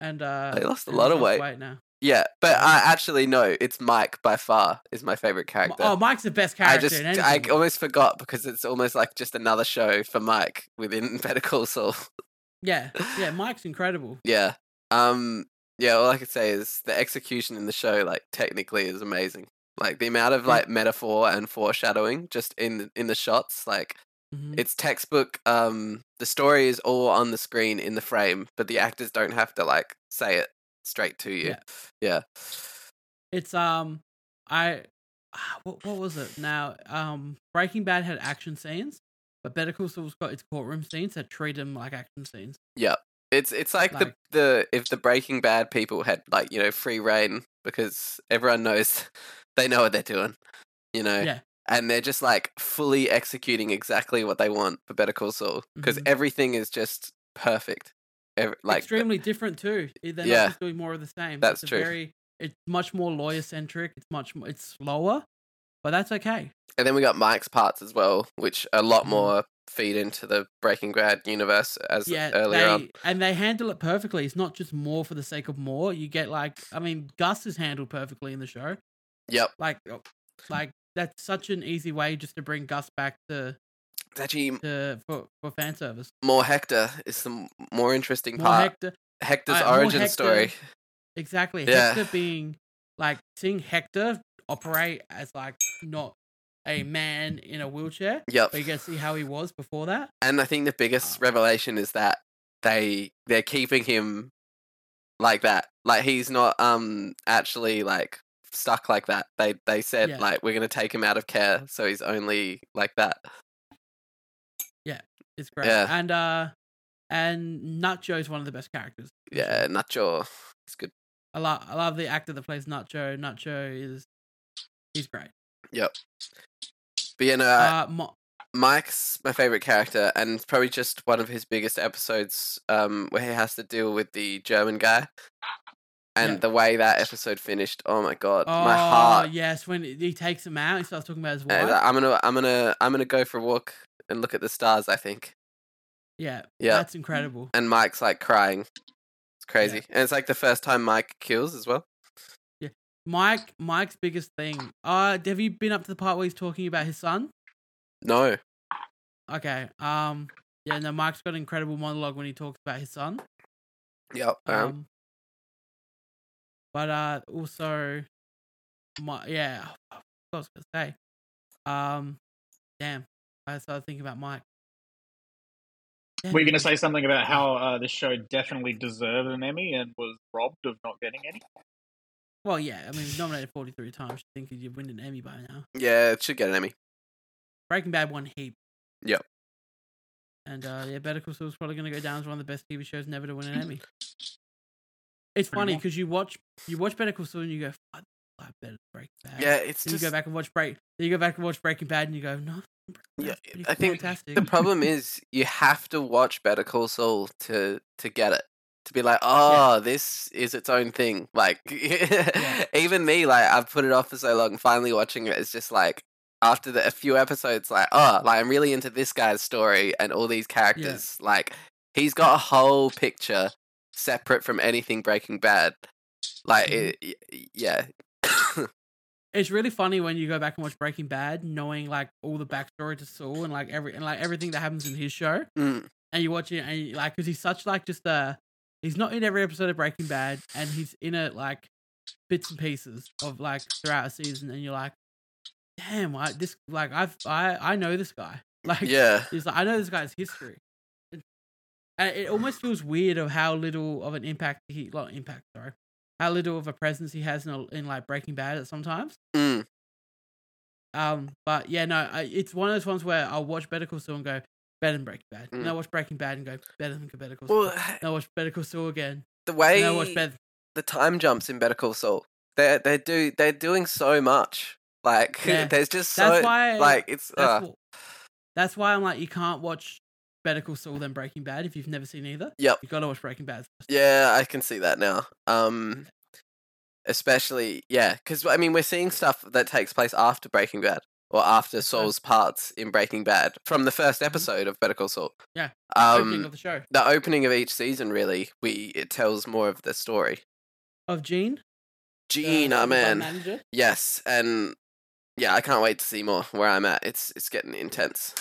Speaker 1: And uh,
Speaker 4: He lost a
Speaker 1: and
Speaker 4: lot
Speaker 1: he's
Speaker 4: of
Speaker 1: lost
Speaker 4: weight.
Speaker 1: now.
Speaker 4: Yeah, but I actually no. It's Mike by far is my favorite
Speaker 1: M-
Speaker 4: character.
Speaker 1: Oh, Mike's the best
Speaker 4: I
Speaker 1: character.
Speaker 4: just
Speaker 1: in
Speaker 4: I
Speaker 1: anything.
Speaker 4: almost forgot because it's almost like just another show for Mike within (laughs) Better Call Saul.
Speaker 1: yeah, yeah. Mike's incredible.
Speaker 4: Yeah. Um. Yeah. All I could say is the execution in the show, like technically, is amazing. Like the amount of
Speaker 1: Yeah.
Speaker 4: like metaphor and foreshadowing just in in the shots, like
Speaker 1: Mhm.
Speaker 4: it's textbook. Um, the story is all on the screen in the frame, but the actors don't have to like say it straight to you. Yeah.
Speaker 1: It's um, I ah, what what was it now? Um, Breaking Bad had action scenes, but Better Call Saul's got its courtroom scenes that treat them like action scenes.
Speaker 4: It's it's like,
Speaker 1: Like-
Speaker 4: the the if the Breaking Bad people had like you know free reign because everyone knows (laughs) they know what they're doing, you know.
Speaker 1: Yeah.
Speaker 4: And they're just like fully executing exactly what they want for Better Call Saul because
Speaker 1: Mhm.
Speaker 4: everything is just perfect. Ev- like th-
Speaker 1: Extremely different too. They're not
Speaker 4: Yeah.
Speaker 1: just doing more of the same. it's
Speaker 4: That's
Speaker 1: a
Speaker 4: true.
Speaker 1: Very, it's much more lawyer centric. It's much mo- it's slower, but that's okay.
Speaker 4: And then we got Mike's parts as well, which a lot
Speaker 1: Mhm.
Speaker 4: more feed into the Breaking Bad universe as
Speaker 1: yeah,
Speaker 4: earlier
Speaker 1: they,
Speaker 4: on.
Speaker 1: and they handle it perfectly. It's not just more for the sake of more. You get like, I mean, Gus is handled perfectly in the show.
Speaker 4: Yep.
Speaker 1: Like, oh, like that's such an easy way just to bring Gus back to
Speaker 4: It's actually
Speaker 1: to for, for fan service.
Speaker 4: more Hector is the m- more interesting
Speaker 1: More
Speaker 4: part.
Speaker 1: Hector,
Speaker 4: Hector's
Speaker 1: uh, more
Speaker 4: origin
Speaker 1: Hector-
Speaker 4: story.
Speaker 1: exactly.
Speaker 4: Yeah.
Speaker 1: Hector being like seeing Hector operate as like not a man in a
Speaker 4: (laughs)
Speaker 1: wheelchair,
Speaker 4: Yep.
Speaker 1: but you get to see how he was before that.
Speaker 4: And I think the
Speaker 1: Ah.
Speaker 4: biggest revelation is that they they're keeping him like that. Like he's not um actually like stuck like that. They they said
Speaker 1: Yeah.
Speaker 4: like we're gonna take him out of care, so he's only like that.
Speaker 1: It's great.
Speaker 4: Yeah.
Speaker 1: And uh, and Nacho is one of the best characters. in the show.
Speaker 4: Yeah, not sure. It's good.
Speaker 1: I love I love the actor that plays Nacho. Nacho is he's great.
Speaker 4: But you know,
Speaker 1: Uh, Mo-
Speaker 4: Mike's my favorite character, and it's probably just one of his biggest episodes um, where he has to deal with the German guy. And
Speaker 1: Yeah.
Speaker 4: the way that episode finished, oh my god,
Speaker 1: oh
Speaker 4: my heart!
Speaker 1: yes, when he takes him out, he starts talking about his
Speaker 4: Uh,
Speaker 1: wife.
Speaker 4: I'm gonna, I'm gonna, I'm gonna go for a walk and look at the stars. I think.
Speaker 1: yeah,
Speaker 4: Yeah.
Speaker 1: that's incredible.
Speaker 4: And Mike's like crying. It's crazy, and it's like the first time Mike kills as well.
Speaker 1: Mike, Mike's biggest thing. Uh, have you been up to the part where he's talking about his son?
Speaker 4: No,
Speaker 1: Okay. Um, yeah, no, Mike's got an incredible monologue when he talks about his son.
Speaker 4: yep. Um,
Speaker 1: Um, but uh, also, my yeah, (sighs) I was gonna say, um, damn, I started thinking about Mike. Damn
Speaker 2: Were you
Speaker 1: it.
Speaker 2: going to say something about how uh, this show definitely deserved an Emmy and was robbed of not getting any?
Speaker 1: Well, yeah, I mean, nominated forty-three times. You think you'd win an Emmy by now?
Speaker 4: yeah, it should get an Emmy.
Speaker 1: Breaking Bad won heap.
Speaker 4: Yep.
Speaker 1: And uh, yeah, Better Call Saul's probably going to go down as one of the best TV shows never to win an
Speaker 4: (laughs)
Speaker 1: Emmy. It's
Speaker 2: Pretty
Speaker 1: funny
Speaker 2: much.
Speaker 1: because you watch you watch Better Call Saul and you go, "Fuck, I like Better than Breaking Bad.
Speaker 4: Yeah, it's
Speaker 1: Then
Speaker 4: just.
Speaker 1: you go back and watch Break. Then you go back and watch Breaking Bad, and you go, no.
Speaker 4: Yeah,
Speaker 1: that's pretty
Speaker 4: I think
Speaker 1: fantastic. (laughs)
Speaker 4: the problem is you have to watch Better Call Saul to to get it to be like, oh, this is its own thing. Like (laughs) even me, like I've put it off for so long. Finally watching it, it's just like after the, a few episodes, like oh, like I'm really into this guy's story and all these characters. Like he's got a whole picture separate from anything Breaking Bad. Like
Speaker 1: Mhm.
Speaker 4: it, y- y- yeah, (coughs)
Speaker 1: it's really funny when you go back and watch Breaking Bad, knowing like all the backstory to Saul and like every and like everything that happens in his show,
Speaker 4: Mm,
Speaker 1: and you watch it and you, like because he's such like just a he's not in every episode of Breaking Bad, and he's in it like bits and pieces of like throughout a season, and you're like, damn, I, this like I've I I know this guy (laughs) like
Speaker 4: yeah.
Speaker 1: It's like, I know this guy's history. And it almost feels weird of how little of an impact he, not impact, sorry, how little of a presence he has in, a, in like Breaking Bad at sometimes.
Speaker 4: Mm,
Speaker 1: Um, but yeah, no, I, it's one of those ones where I'll watch Better Call Saul and go better than Breaking Bad, and I will watch Breaking Bad and go better than Better Call Saul,
Speaker 4: Mm. well,
Speaker 1: and I watch Better Call Saul again,
Speaker 4: the way
Speaker 1: and I watch Better.
Speaker 4: the time jumps in Better Call Saul. They they do they're doing so much. Like (laughs)
Speaker 1: Yeah.
Speaker 4: there's just so
Speaker 1: That's why,
Speaker 4: like it's
Speaker 1: that's
Speaker 4: uh,
Speaker 1: wh- That's why I'm like, you can't watch Better Call Saul than Breaking Bad if you've never seen either.
Speaker 4: Yep.
Speaker 1: You gotta watch Breaking Bad. first.
Speaker 4: Yeah, I can see that now. Um, especially yeah, because I mean we're seeing stuff that takes place after Breaking Bad or after
Speaker 1: That's right.
Speaker 4: Saul's parts in Breaking Bad from the first episode of Better Call Saul.
Speaker 1: Mm-hmm. Yeah, Opening
Speaker 4: Um,
Speaker 1: of the show
Speaker 4: the opening of each season really we it tells more of the story.
Speaker 1: of Gene. the
Speaker 4: Gina,
Speaker 1: Hollywood
Speaker 4: man.
Speaker 1: Manager.
Speaker 4: Yes, and yeah, I can't wait to see more where I'm at. It's it's getting intense.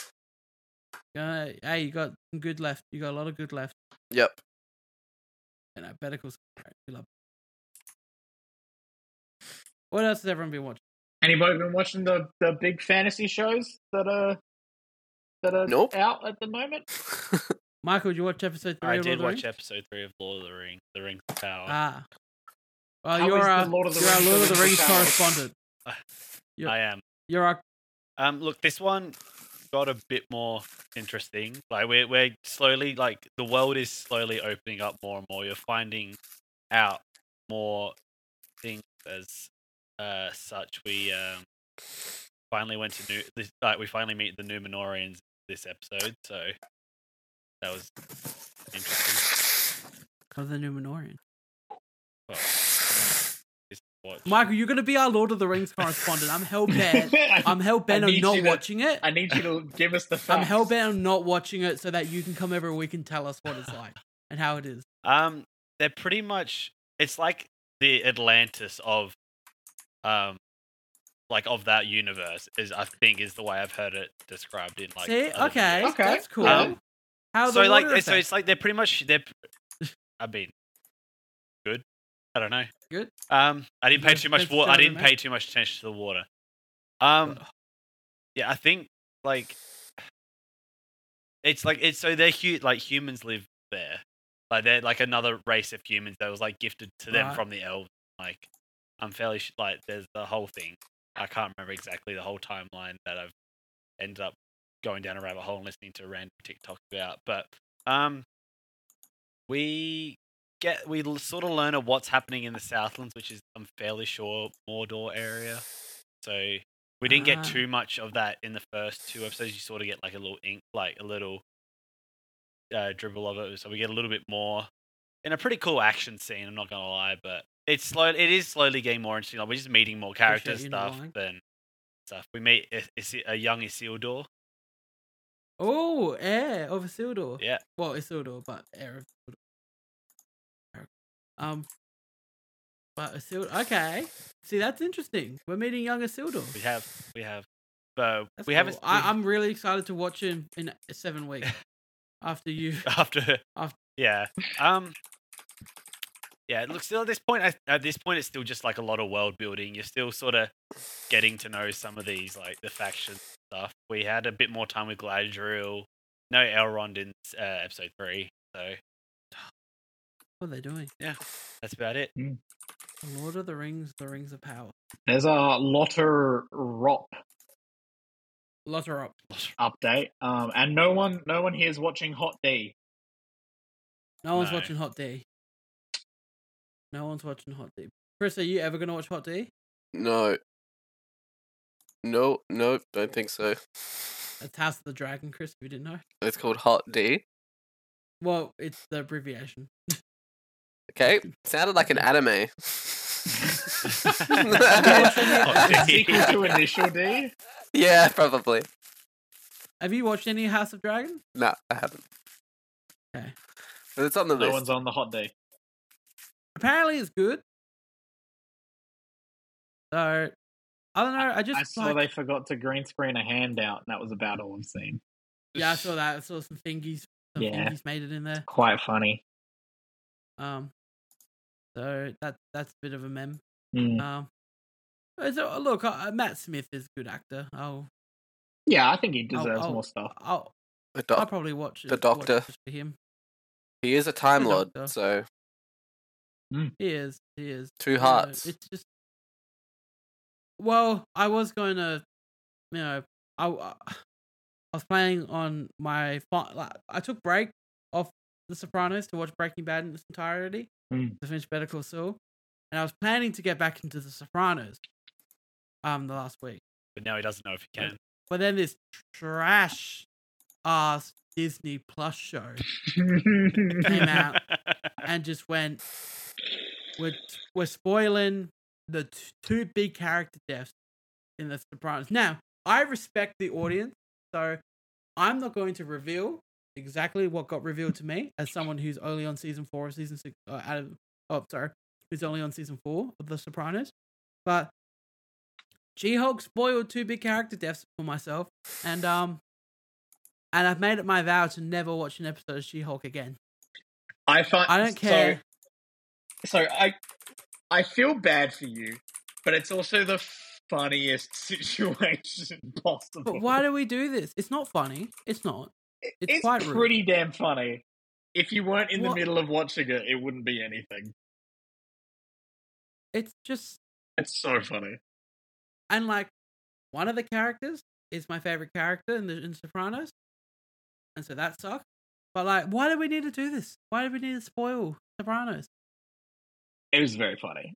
Speaker 1: Uh, hey, you got some good left. You got a lot of good left.
Speaker 4: Yep. (laughs)
Speaker 1: And I Better Call Saul. Right, we love. it. What else has everyone been watching?
Speaker 2: Anybody been watching the, the big fantasy shows that are that are
Speaker 4: Nope.
Speaker 2: out at the moment?
Speaker 1: Michael, did you watch episode three?
Speaker 3: I
Speaker 1: of
Speaker 3: did
Speaker 1: Lord of
Speaker 3: watch
Speaker 1: the Rings?
Speaker 3: episode three of Lord of the Ring, The Rings of Power.
Speaker 1: Ah. Well, Uh,
Speaker 2: How
Speaker 1: you're
Speaker 2: is the
Speaker 1: a
Speaker 2: Lord of the
Speaker 1: you're a
Speaker 2: Rings
Speaker 1: Lord of the
Speaker 2: related
Speaker 1: Rings
Speaker 2: to Star Wars?
Speaker 1: correspondent. yeah.
Speaker 3: I am.
Speaker 1: You're a
Speaker 3: Um, look, this one got a bit more interesting. Like we're we're slowly like the world is slowly opening up more and more. You're finding out more things as uh such. We um finally went to new this, like we finally meet the Numenorians this episode. So that was interesting.
Speaker 1: of the Numenorian.
Speaker 3: Well, it's what
Speaker 1: Michael, you're gonna be our Lord of the Rings correspondent. I'm hell bent.
Speaker 2: (laughs) I,
Speaker 1: I'm hell bent
Speaker 2: I
Speaker 1: on
Speaker 2: need
Speaker 1: not
Speaker 2: you to-
Speaker 1: watching it.
Speaker 2: I need you to give us the.
Speaker 1: I'm
Speaker 2: Facts.
Speaker 1: hell bent on not watching it so that you can come every week and tell us what it's like and how it is.
Speaker 3: Um, they're pretty much it's like the Atlantis of, um, like of that universe is I think is the way I've heard it described in like.
Speaker 1: See,
Speaker 3: other
Speaker 1: okay,
Speaker 3: videos.
Speaker 2: Okay.
Speaker 1: that's cool.
Speaker 3: Um,
Speaker 1: how
Speaker 3: so
Speaker 1: the
Speaker 3: like,
Speaker 1: water
Speaker 3: so
Speaker 1: effect-
Speaker 3: it's like they're pretty much they're. I mean, good. I don't know.
Speaker 1: Good.
Speaker 3: Um, I didn't pay
Speaker 1: Good.
Speaker 3: too much.
Speaker 1: That's
Speaker 3: Wa- I
Speaker 1: better than
Speaker 3: didn't pay too much attention to the water. Um, yeah, I think like it's like it's so they're hu- like humans live there, like they're like another race of humans that was like gifted to them
Speaker 1: Right.
Speaker 3: from the elves. Like I'm fairly sh- like there's the whole thing. I can't remember exactly the whole timeline that I've ended up going down a rabbit hole and listening to random TikTok about, but um, we get we sort of learn of what's happening in the Southlands, which is I'm fairly sure Mordor area. So we didn't
Speaker 1: Ah.
Speaker 3: get too much of that in the first two episodes. You sort of get like a little ink, like a little uh, dribble of it. So we get a little bit more in a pretty cool action scene. I'm not gonna lie, but it's slow. It is slowly getting more interesting. Like we're just meeting more character
Speaker 1: you not
Speaker 3: stuff
Speaker 1: lying.
Speaker 3: than stuff. We meet a, a young Isildur.
Speaker 1: oh, heir of Isildur.
Speaker 3: Yeah.
Speaker 1: Well, Isildur, but heir of Isildur. Um, but Isildur. Okay. See, that's interesting. We're meeting young Isildur.
Speaker 3: We have we have, but
Speaker 1: That's
Speaker 3: we
Speaker 1: cool.
Speaker 3: haven't.
Speaker 1: I,
Speaker 3: we've-
Speaker 1: I'm really excited to watch him in seven
Speaker 3: (laughs)
Speaker 1: weeks after you.
Speaker 3: after
Speaker 1: Af-
Speaker 3: yeah um yeah look still at this point I, at this point it's still just like a lot of world building you're still sort of getting to know some of these like the faction stuff we had a bit more time with Galadriel no Elrond in uh, episode 3 so
Speaker 1: What are they doing?
Speaker 3: that's about it
Speaker 1: The Lord of the Rings, The Rings of Power.
Speaker 2: There's a Lotter Rop
Speaker 1: Lot are up.
Speaker 2: update, um, and no one, no one here is watching Hot D.
Speaker 1: No one's
Speaker 3: No.
Speaker 1: watching Hot D. No one's watching Hot D. Chris, are you ever gonna watch Hot D?
Speaker 4: No. No, no, don't think so.
Speaker 1: It's House of the Dragon, Chris. If you didn't know,
Speaker 4: It's called Hot D.
Speaker 1: well, it's the abbreviation. (laughs)
Speaker 4: Okay, sounded like an anime.
Speaker 3: Hot D.
Speaker 2: Sequel to Initial D.
Speaker 4: (laughs) yeah, probably.
Speaker 1: Have you watched any House of Dragon?
Speaker 4: No, I haven't.
Speaker 1: Okay.
Speaker 4: But it's on the
Speaker 2: No
Speaker 4: list.
Speaker 2: one's on the Hot D.
Speaker 1: Apparently, it's good. So, I don't know. I just
Speaker 2: I saw
Speaker 1: like-
Speaker 2: they forgot to green screen a handout, and that was about all I've seen.
Speaker 1: yeah, I saw that. I saw some thingies. Some
Speaker 2: Yeah.
Speaker 1: thingies made it in there.
Speaker 2: Quite funny.
Speaker 1: Um, so that that's a bit of a mem.
Speaker 2: Mm.
Speaker 1: Um, but so, look, uh, Matt Smith is a good actor. I'll
Speaker 2: Yeah, I think he deserves
Speaker 1: oh. (laughs)
Speaker 2: more stuff.
Speaker 1: I'll
Speaker 4: The
Speaker 1: I'll
Speaker 4: doc-
Speaker 1: probably watch it.
Speaker 4: the
Speaker 1: watch it
Speaker 4: Doctor.
Speaker 1: just for him.
Speaker 4: he is a Time
Speaker 1: the
Speaker 4: Lord,
Speaker 1: Doctor.
Speaker 4: so
Speaker 1: He is. He is.
Speaker 4: two
Speaker 1: you know,
Speaker 4: hearts.
Speaker 1: it's just. Well, I was going to, you know, I, uh, I was planning on my. fi- Like, I took break off The Sopranos to watch Breaking Bad in its entirety
Speaker 2: Mm.
Speaker 1: to finish Better Call Saul, and I was planning to get back into The Sopranos, um, the last week.
Speaker 3: but now he doesn't know if he
Speaker 1: Yeah.
Speaker 3: can
Speaker 1: But then this trash ass Disney Plus show came
Speaker 3: (laughs)
Speaker 1: out and just went, we're, we're spoiling the t- two big character deaths in The Sopranos. Now, I respect the audience, so I'm not going to reveal exactly what got revealed to me as someone who's only on season four or season six, uh, out of, oh, sorry, who's only on season four of The Sopranos. But She Hulk spoiled two big character deaths for myself, and um, and I've made it my vow to never watch an episode of She Hulk again.
Speaker 2: I find
Speaker 1: I don't care.
Speaker 2: So, so I, I feel bad for you, but it's also the funniest (laughs) situation possible.
Speaker 1: But why do we do this? It's not funny. It's not.
Speaker 2: It-
Speaker 1: it's
Speaker 2: It's,
Speaker 1: quite rude.
Speaker 2: pretty damn funny. If you weren't in
Speaker 1: What-
Speaker 2: the middle of watching it, it wouldn't be anything.
Speaker 1: It's just
Speaker 2: It's so funny.
Speaker 1: and like one of the characters is my favorite character in the in Sopranos, and so that sucks. But like, why do we need to do this? Why do we need to spoil Sopranos?
Speaker 2: It was very funny.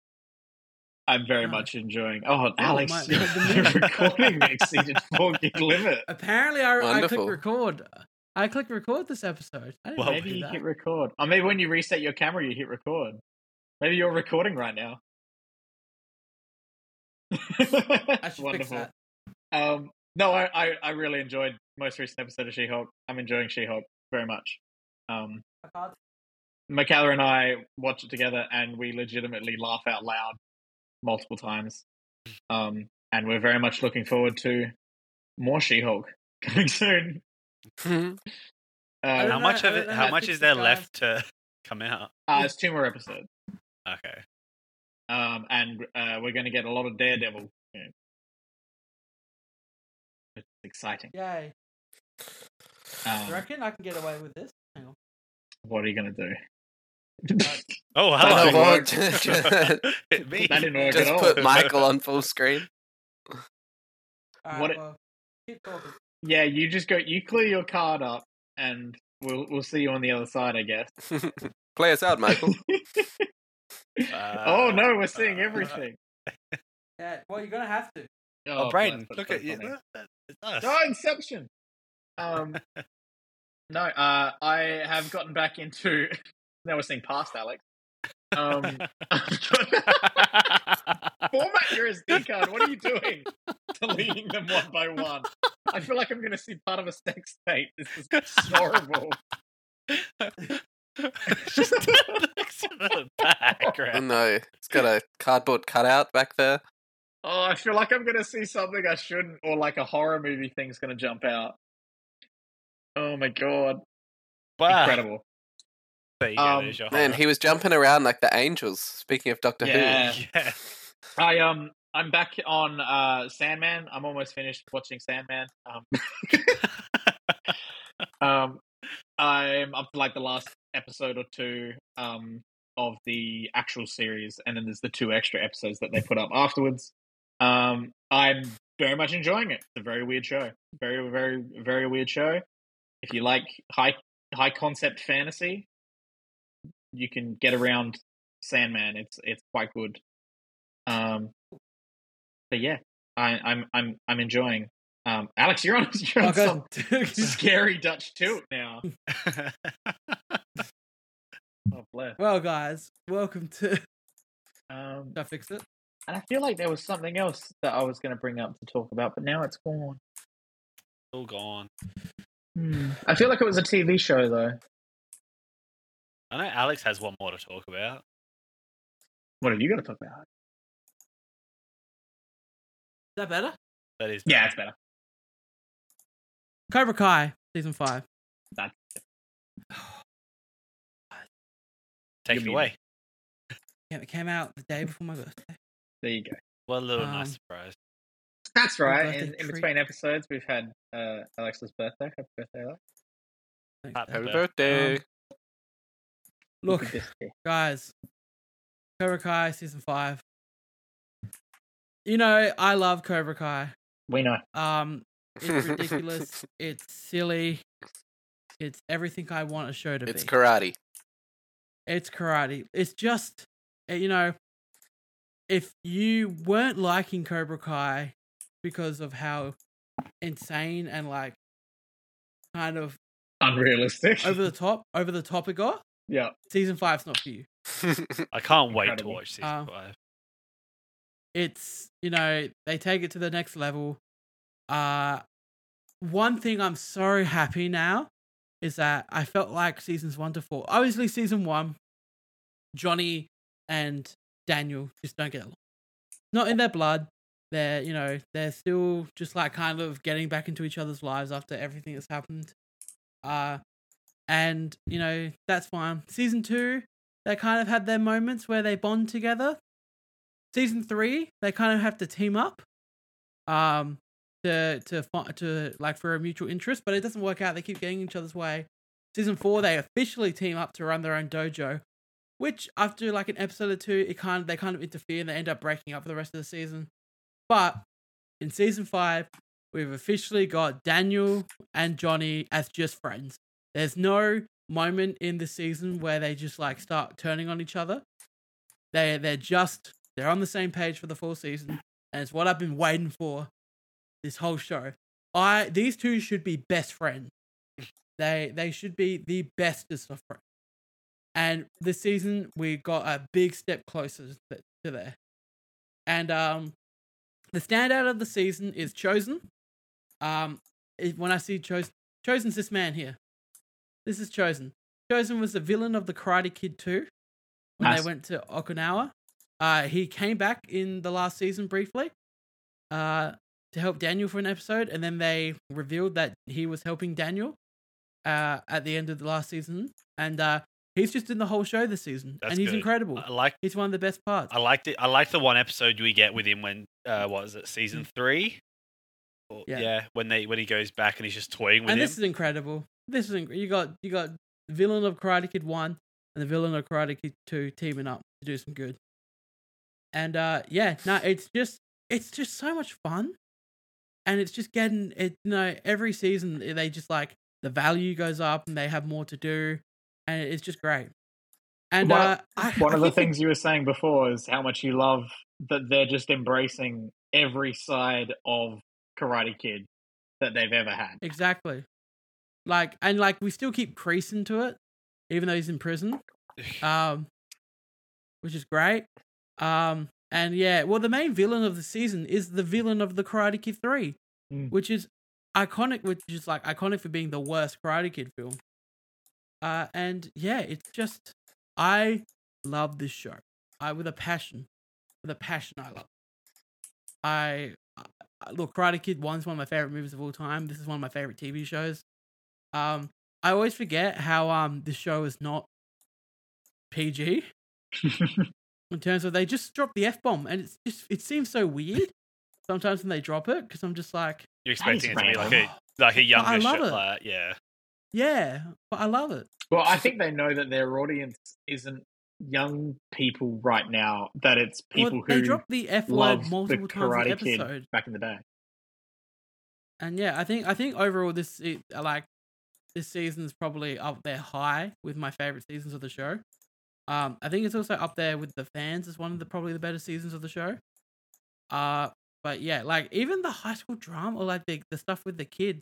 Speaker 2: I'm very
Speaker 1: Oh.
Speaker 2: much enjoying. Oh, Alex, (laughs)
Speaker 1: my-
Speaker 2: the recording exceeded
Speaker 1: (laughs)
Speaker 2: four gig limit.
Speaker 1: Apparently, I, I click
Speaker 4: Wonderful.
Speaker 1: record. I click record this episode. I didn't mean
Speaker 3: Well,
Speaker 1: to
Speaker 2: Maybe
Speaker 1: do
Speaker 2: you hit
Speaker 1: that.
Speaker 2: record. Or maybe when you reset your camera, you hit record. Maybe you're recording right now. (laughs)
Speaker 1: I should fix that.
Speaker 2: Um, no, I, I, I really enjoyed most recent episode of She-Hulk. I'm enjoying She-Hulk very much. Um,
Speaker 1: I can't-
Speaker 2: Michaela and I watch it together, and we legitimately laugh out loud multiple times. Um, and we're very much looking forward to more She-Hulk (laughs) coming soon.
Speaker 1: don't
Speaker 2: Uh,
Speaker 3: How
Speaker 1: know,
Speaker 3: much
Speaker 1: I
Speaker 3: of
Speaker 1: don't
Speaker 3: it?
Speaker 1: know
Speaker 3: How
Speaker 1: how
Speaker 3: much
Speaker 1: thick
Speaker 3: is there
Speaker 1: the
Speaker 3: left to (laughs) come out?
Speaker 2: uh, it's two more episodes.
Speaker 3: Okay.
Speaker 2: um, and uh, we're going to get a lot of Daredevil. soon. It's exciting.
Speaker 1: Yay! I
Speaker 2: Um,
Speaker 1: reckon I can get away with this. Hang on.
Speaker 2: what are you going to do?
Speaker 3: Oh,
Speaker 4: Hello,
Speaker 3: (laughs) hello.
Speaker 4: Vaughn. (laughs) just
Speaker 3: Hit
Speaker 2: (laughs)
Speaker 3: me.
Speaker 2: that didn't work at all. (laughs)
Speaker 4: put Michael on full screen. (laughs)
Speaker 1: All right,
Speaker 2: What it-
Speaker 1: well, keep talking.
Speaker 2: yeah, you just go. You clear your card up, and we'll we'll see you on the other side, I guess.
Speaker 4: Play us
Speaker 2: (laughs)
Speaker 4: out, Michael.
Speaker 2: oh no, we're
Speaker 3: uh,
Speaker 2: seeing everything.
Speaker 1: Yeah, well, you're gonna have
Speaker 2: (laughs)
Speaker 1: to.
Speaker 3: Oh,
Speaker 2: Oh,
Speaker 3: Brayden,
Speaker 2: that's
Speaker 3: look
Speaker 2: so
Speaker 3: at you.
Speaker 2: funny.
Speaker 3: Look, that- it's us.
Speaker 2: Oh, Inception.
Speaker 3: (laughs)
Speaker 2: Um, no, uh, I have gotten back into. (laughs) Now we're seeing past Alex. Um, (laughs) format your SD card. What are you doing? (laughs) Deleting them one by one. I feel like I'm going to see part of a sex tape. This is horrible.
Speaker 3: Just looks in the
Speaker 4: oh
Speaker 3: background.
Speaker 4: no, it's got a cardboard cutout back there.
Speaker 2: Oh, I feel like I'm going to see something I shouldn't, or like a horror movie thing's going to jump out. Oh my god!
Speaker 3: Wow.
Speaker 2: (laughs) Incredible.
Speaker 3: There you go,
Speaker 2: Um,
Speaker 3: there's your
Speaker 4: Man, he was jumping around like the angels. Speaking of Doctor
Speaker 2: Yeah.
Speaker 4: Who,
Speaker 3: (laughs) horror. Yeah.
Speaker 2: I um, I'm back on uh Sandman. I'm almost finished watching Sandman. Um, um, I'm up to like the last episode or two um, of the actual series, and then there's the two extra episodes that they put up afterwards. Um, I'm very much enjoying it. It's a very weird show. Very, very, very weird show. If you like high high concept fantasy, you can get around Sandman. It's it's quite good. Um, but yeah, I, I'm I'm I'm enjoying. Um, Alex, you're on, (laughs) you're on
Speaker 1: Okay. (laughs)
Speaker 2: some (laughs) scary Dutch tilt now. Oh bless.
Speaker 1: well, guys, welcome to. (laughs) Did
Speaker 2: Um,
Speaker 1: I fix it?
Speaker 2: and I feel like there was something else that I was going to bring up to talk about, but now it's gone.
Speaker 3: All gone.
Speaker 2: I feel like it was a TV show though.
Speaker 3: I know Alex has one more to talk about.
Speaker 2: What have you got to talk about?
Speaker 1: Is that better?
Speaker 3: That is.
Speaker 2: Yeah, it's better.
Speaker 1: Cobra Kai season five.
Speaker 2: That-
Speaker 3: Take
Speaker 2: Give
Speaker 3: it
Speaker 2: me-
Speaker 3: away.
Speaker 1: Yeah, It came out the day before my birthday.
Speaker 2: There you go.
Speaker 3: What a little
Speaker 1: Um,
Speaker 3: nice surprise.
Speaker 2: That's right.
Speaker 1: birthday
Speaker 2: In, in
Speaker 1: treat.
Speaker 2: between episodes, we've had uh, Alexa's birthday. Happy birthday, Alex!
Speaker 1: Thanks,
Speaker 3: Happy
Speaker 1: Dad.
Speaker 4: happy
Speaker 3: Um,
Speaker 4: birthday!
Speaker 1: Look,
Speaker 2: Look at this here.
Speaker 1: guys, Cobra Kai season five. You know, I love Cobra Kai.
Speaker 2: we know.
Speaker 1: Um, it's ridiculous. it's silly. It's everything I want a show to
Speaker 4: it's
Speaker 1: be.
Speaker 4: karate.
Speaker 1: It's karate. It's just, uh, you know, if you weren't liking Cobra Kai because of how insane and like kind of
Speaker 2: Unrealistic.
Speaker 1: over the top, over the top it got,
Speaker 2: (laughs) yeah.
Speaker 1: season five's not for you.
Speaker 3: I can't wait to
Speaker 2: Incredible.
Speaker 3: watch season
Speaker 1: Um,
Speaker 3: five.
Speaker 1: It's you know they take it to the next level. Uh one thing I'm so happy now is that I felt like seasons one to four. Obviously, season one, Johnny and Daniel just don't get along. Not in their blood. They're you know they're still just like kind of getting back into each other's lives after everything that's happened. Uh and you know that's fine. Season two, they kind of had their moments where they bond together. Season three, they kind of have to team up. Um, to to fi- to like for a mutual interest, but it doesn't work out. They keep getting each other's way. Season four, they officially team up to run their own dojo, which after like an episode or two, it kind of they kind of interfere and they end up breaking up for the rest of the season. But in season five, we've officially got Daniel and Johnny as just friends. There's no moment in the season where they just like start turning on each other. They they're just they're on the same page for the full season, and it's what I've been waiting for this whole show. I these two should be best friends. They they should be the bestest of friends. And this season we got a big step closer th- to there. And um, the standout of the season is Chosen. Um, it- when I see Chosen, Chosen's this man here. This is Chosen. Chosen was the villain of the Karate Kid 2 when
Speaker 2: Nice.
Speaker 1: they went to Okinawa. Uh, he came back in the last season briefly. Uh, to help Daniel for an episode, and then they revealed that he was helping Daniel uh, at the end of the last season, and uh, he's just in the whole show this season,
Speaker 3: That's
Speaker 1: and he's
Speaker 3: good.
Speaker 1: incredible.
Speaker 3: I like
Speaker 1: he's one of the best parts.
Speaker 3: I liked it. I liked the one episode we get with him when uh, what is it season three? Or-
Speaker 1: Mm. Yeah.
Speaker 3: yeah. when they when he goes back and he's just toying with
Speaker 1: and
Speaker 3: him. (laughs)
Speaker 1: this is incredible. This is inc- you got you got the villain of Karate Kid one and the villain of Karate Kid two teaming up to do some good. And uh yeah, no, it's just it's just so much fun, and it's just getting it. You know, every season they just like the value goes up and they have more to do, and it's just great. And
Speaker 2: One-
Speaker 1: uh, I,
Speaker 2: One
Speaker 1: I
Speaker 2: of
Speaker 1: think
Speaker 2: the
Speaker 1: it-
Speaker 2: things (laughs) you were saying before is how much you love that they're just embracing every side of Karate Kid that they've ever had. (laughs)
Speaker 1: exactly, like and like we still keep creasing to it, even though he's in prison. um, which is great. Um, and yeah, well, the main villain of the season is the villain of the Karate Kid Three,
Speaker 2: Mm.
Speaker 1: which is iconic, which is like iconic for being the worst Karate Kid film. Uh, and yeah, it's just I love this show. I with a passion, with a passion, I love. it. I I- look Karate Kid One's one of my favorite movies of all time. This is one of my favorite TV shows. Um, I always forget how um this show is not PG in terms of they just drop the f bomb, and it's just it seems so weird sometimes when they drop it because I'm just like,
Speaker 3: You're expecting it to be
Speaker 2: random.
Speaker 3: like a like a
Speaker 1: I
Speaker 3: younger
Speaker 1: love
Speaker 3: show.
Speaker 1: it.
Speaker 3: Like, yeah,
Speaker 1: yeah, but I love it.
Speaker 2: Well, I think they know that their audience isn't young people right now, that it's people
Speaker 1: well, they
Speaker 2: who
Speaker 1: dropped the f word
Speaker 2: loved the
Speaker 1: multiple times in the
Speaker 2: Karate Kid
Speaker 1: episode,
Speaker 2: back in the day.
Speaker 1: and yeah, I think I think overall this se- like this season's probably up there high with my favorite seasons of the show. Um, I think it's also up there with the fans as one of the probably the better seasons of the show. Uh, but yeah, like even the high school drama or like the, the stuff with the kids,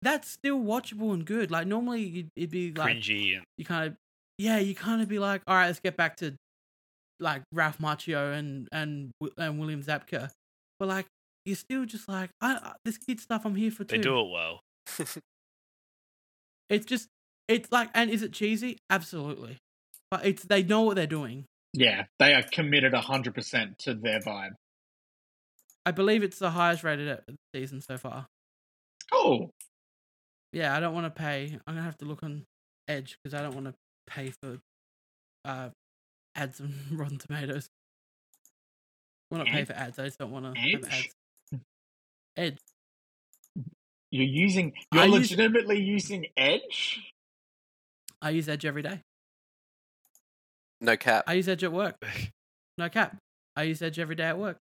Speaker 1: that's still watchable and good. Like normally you'd, it'd be like
Speaker 3: cringy and
Speaker 1: you kind of yeah you kind of be like all right let's get back to like Ralph Macchio and and Wi- and William Zabka, but like you're still just like I, I, this kid stuff I'm here for too.
Speaker 3: they do it well.
Speaker 1: It's just it's like and is it cheesy? Absolutely, but it's they know what they're doing.
Speaker 2: Yeah, they are committed 100% to their vibe.
Speaker 1: I believe it's the highest rated uh, season so far.
Speaker 2: Oh,
Speaker 1: Yeah, I don't want to pay. I'm gonna have to look on Edge because I don't want to pay for uh ads on (laughs) Rotten Tomatoes. Well, not pay
Speaker 2: Ed-
Speaker 1: for ads. I just don't want to have
Speaker 2: Edge?
Speaker 1: ads. Edge.
Speaker 2: you're using,
Speaker 1: I
Speaker 2: you're
Speaker 1: use-
Speaker 2: legitimately using Edge?
Speaker 1: I use Edge every day.
Speaker 4: (laughs) no cap.
Speaker 1: I use Edge at work. No cap. I use Edge every day at work.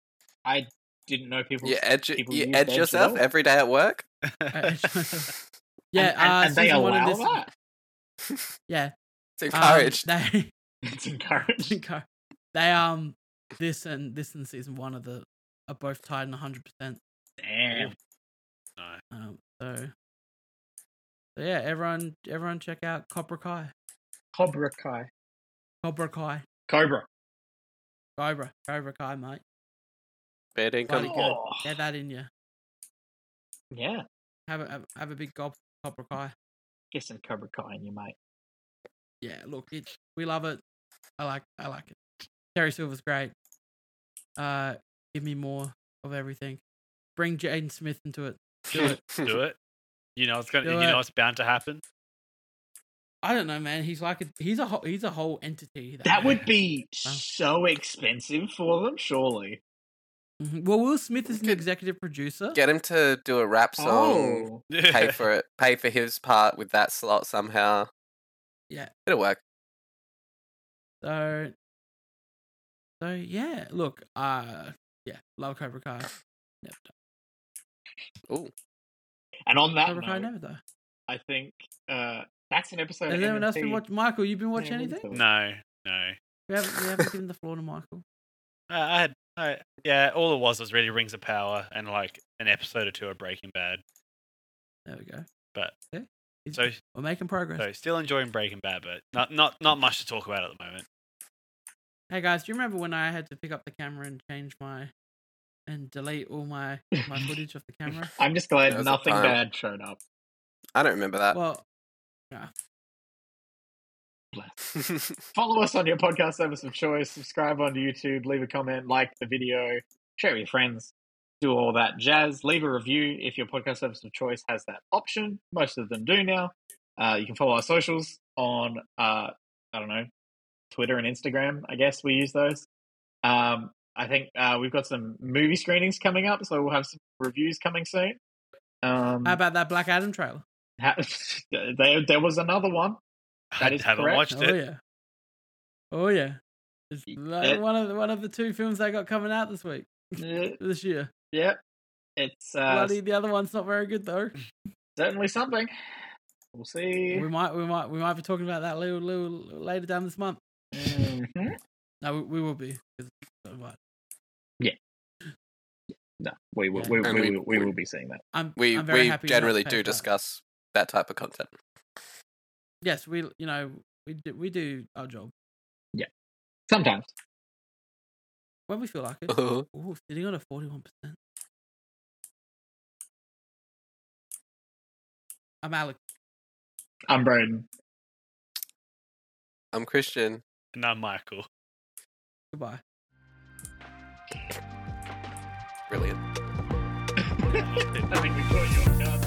Speaker 2: I didn't know people.
Speaker 4: You edge,
Speaker 2: people
Speaker 4: you
Speaker 2: use
Speaker 4: edge
Speaker 2: Edge
Speaker 4: yourself
Speaker 2: well.
Speaker 4: every day at work.
Speaker 1: I edge (laughs)
Speaker 3: (laughs)
Speaker 1: myself.
Speaker 2: And-
Speaker 1: Yeah,
Speaker 2: and,
Speaker 1: uh,
Speaker 2: and they
Speaker 1: season
Speaker 2: allow
Speaker 1: one of this-
Speaker 2: that. (laughs)
Speaker 1: Yeah,
Speaker 4: It's
Speaker 1: um,
Speaker 4: encouraged.
Speaker 1: they, (laughs)
Speaker 2: It's encouraging.
Speaker 1: Go. they um this and this and season one of the are both tied in hundred percent.
Speaker 2: Damn.
Speaker 3: No.
Speaker 1: Um, so, so yeah, everyone, everyone, check out Cobra Kai.
Speaker 2: Cobra Kai.
Speaker 1: Cobra Kai.
Speaker 2: Cobra.
Speaker 1: Cobra. Cobra Kai, mate.
Speaker 4: Bad
Speaker 1: Bloody
Speaker 4: income.
Speaker 1: good.
Speaker 2: Oh,
Speaker 1: Get that in you.
Speaker 2: yeah.
Speaker 1: Have a have, have a big gob of Cobra Kai.
Speaker 2: Get some Cobra Kai in you, mate.
Speaker 1: Yeah, look, it, we love it. I like I like it. Terry Silver's great. Uh, give me more of everything. Bring Jaden Smith into it. Do it.
Speaker 3: Do it. You know it's gonna.
Speaker 1: Do
Speaker 3: you
Speaker 1: it.
Speaker 3: know it's bound to happen.
Speaker 1: I don't know, man. He's like a he's a whole, he's a whole entity.
Speaker 2: That
Speaker 1: man. (laughs)
Speaker 2: would be
Speaker 1: Wow.
Speaker 2: so expensive for them, surely.
Speaker 1: Mhm. Well, Will Smith is an
Speaker 4: Could-
Speaker 1: executive producer.
Speaker 4: Get him to do a rap song.
Speaker 2: Oh,
Speaker 3: (laughs)
Speaker 4: Pay for it. Pay for his part with that slot somehow.
Speaker 1: Yeah.
Speaker 4: It'll work.
Speaker 1: So, so yeah. Look, uh, yeah, love Cobra Kai. Never die.
Speaker 2: and on that
Speaker 1: Cobra Kai,
Speaker 2: note,
Speaker 1: never die.
Speaker 2: I think uh, that's an episode.
Speaker 1: Has
Speaker 2: of
Speaker 1: anyone else
Speaker 2: M&T.
Speaker 1: been watching? Michael, you've been watching
Speaker 2: Yeah,
Speaker 1: anything?
Speaker 2: Winterfell.
Speaker 3: no, no.
Speaker 1: We haven't, we haven't given the floor to Michael.
Speaker 3: I, I had. I, yeah, all it was was really Rings of Power and like an episode or two of Breaking Bad.
Speaker 1: There we go.
Speaker 3: But
Speaker 1: Yeah, he's-
Speaker 3: so
Speaker 1: We're making progress.
Speaker 3: so still enjoying Breaking Bad, but not not not much to talk about at the moment.
Speaker 1: Hey guys, do you remember when I had to pick up the camera and change my and delete all my my footage
Speaker 4: (laughs)
Speaker 1: of the camera?
Speaker 2: I'm just glad
Speaker 4: That was a
Speaker 2: nothing
Speaker 4: time.
Speaker 2: bad showed up.
Speaker 4: I don't remember that.
Speaker 1: Well,
Speaker 2: Follow us on your podcast service of choice. Subscribe on YouTube. Leave a comment. Like the video. Share with your friends. Do all that jazz. Leave a review if your podcast service of choice has that option. Most of them do now. Uh, you can follow our socials on, uh, I don't know, Twitter and Instagram. I guess we use those. Um, I think uh, we've got some movie screenings coming up, so we'll have some reviews coming soon. Um,
Speaker 4: mm.
Speaker 1: how about that Black Adam trailer?
Speaker 2: ha- (laughs) there, there was another one. That
Speaker 3: I
Speaker 2: is
Speaker 3: haven't
Speaker 2: correct.
Speaker 3: watched
Speaker 1: Oh
Speaker 3: it.
Speaker 1: yeah, oh yeah. It's
Speaker 2: Y-
Speaker 1: like
Speaker 2: uh,
Speaker 1: one of the, one of the two films they got coming out this week
Speaker 2: Uh,
Speaker 1: this year.
Speaker 2: yep. It's uh,
Speaker 1: Bloody, the other one's not very good
Speaker 4: (laughs)
Speaker 1: though.
Speaker 2: certainly something. We'll see.
Speaker 1: We might we might we might be talking about that little, little later down this month.
Speaker 2: Mhm.
Speaker 1: No, we, we will be. 'cause it's so much.
Speaker 2: No, we will.
Speaker 1: Yeah.
Speaker 2: We, we,
Speaker 4: And
Speaker 2: we,
Speaker 4: we-
Speaker 2: will- we
Speaker 4: we-
Speaker 2: will be seeing that.
Speaker 1: I'm
Speaker 4: we
Speaker 1: I'm very
Speaker 4: we
Speaker 1: happy we're not
Speaker 4: generally
Speaker 1: paid
Speaker 4: do
Speaker 1: for that.
Speaker 4: discuss that type of content. (laughs)
Speaker 1: Yes, we you know we do, we do our job
Speaker 2: Sometimes.
Speaker 1: when we feel like
Speaker 4: (laughs)
Speaker 1: it. Ooh, sitting on a forty-one percent. I'm Alex.
Speaker 2: I'm Broden.
Speaker 4: I'm Christian.
Speaker 3: No, Michael.
Speaker 1: Goodbye.
Speaker 4: Brilliant.
Speaker 2: I think we caught you off guard.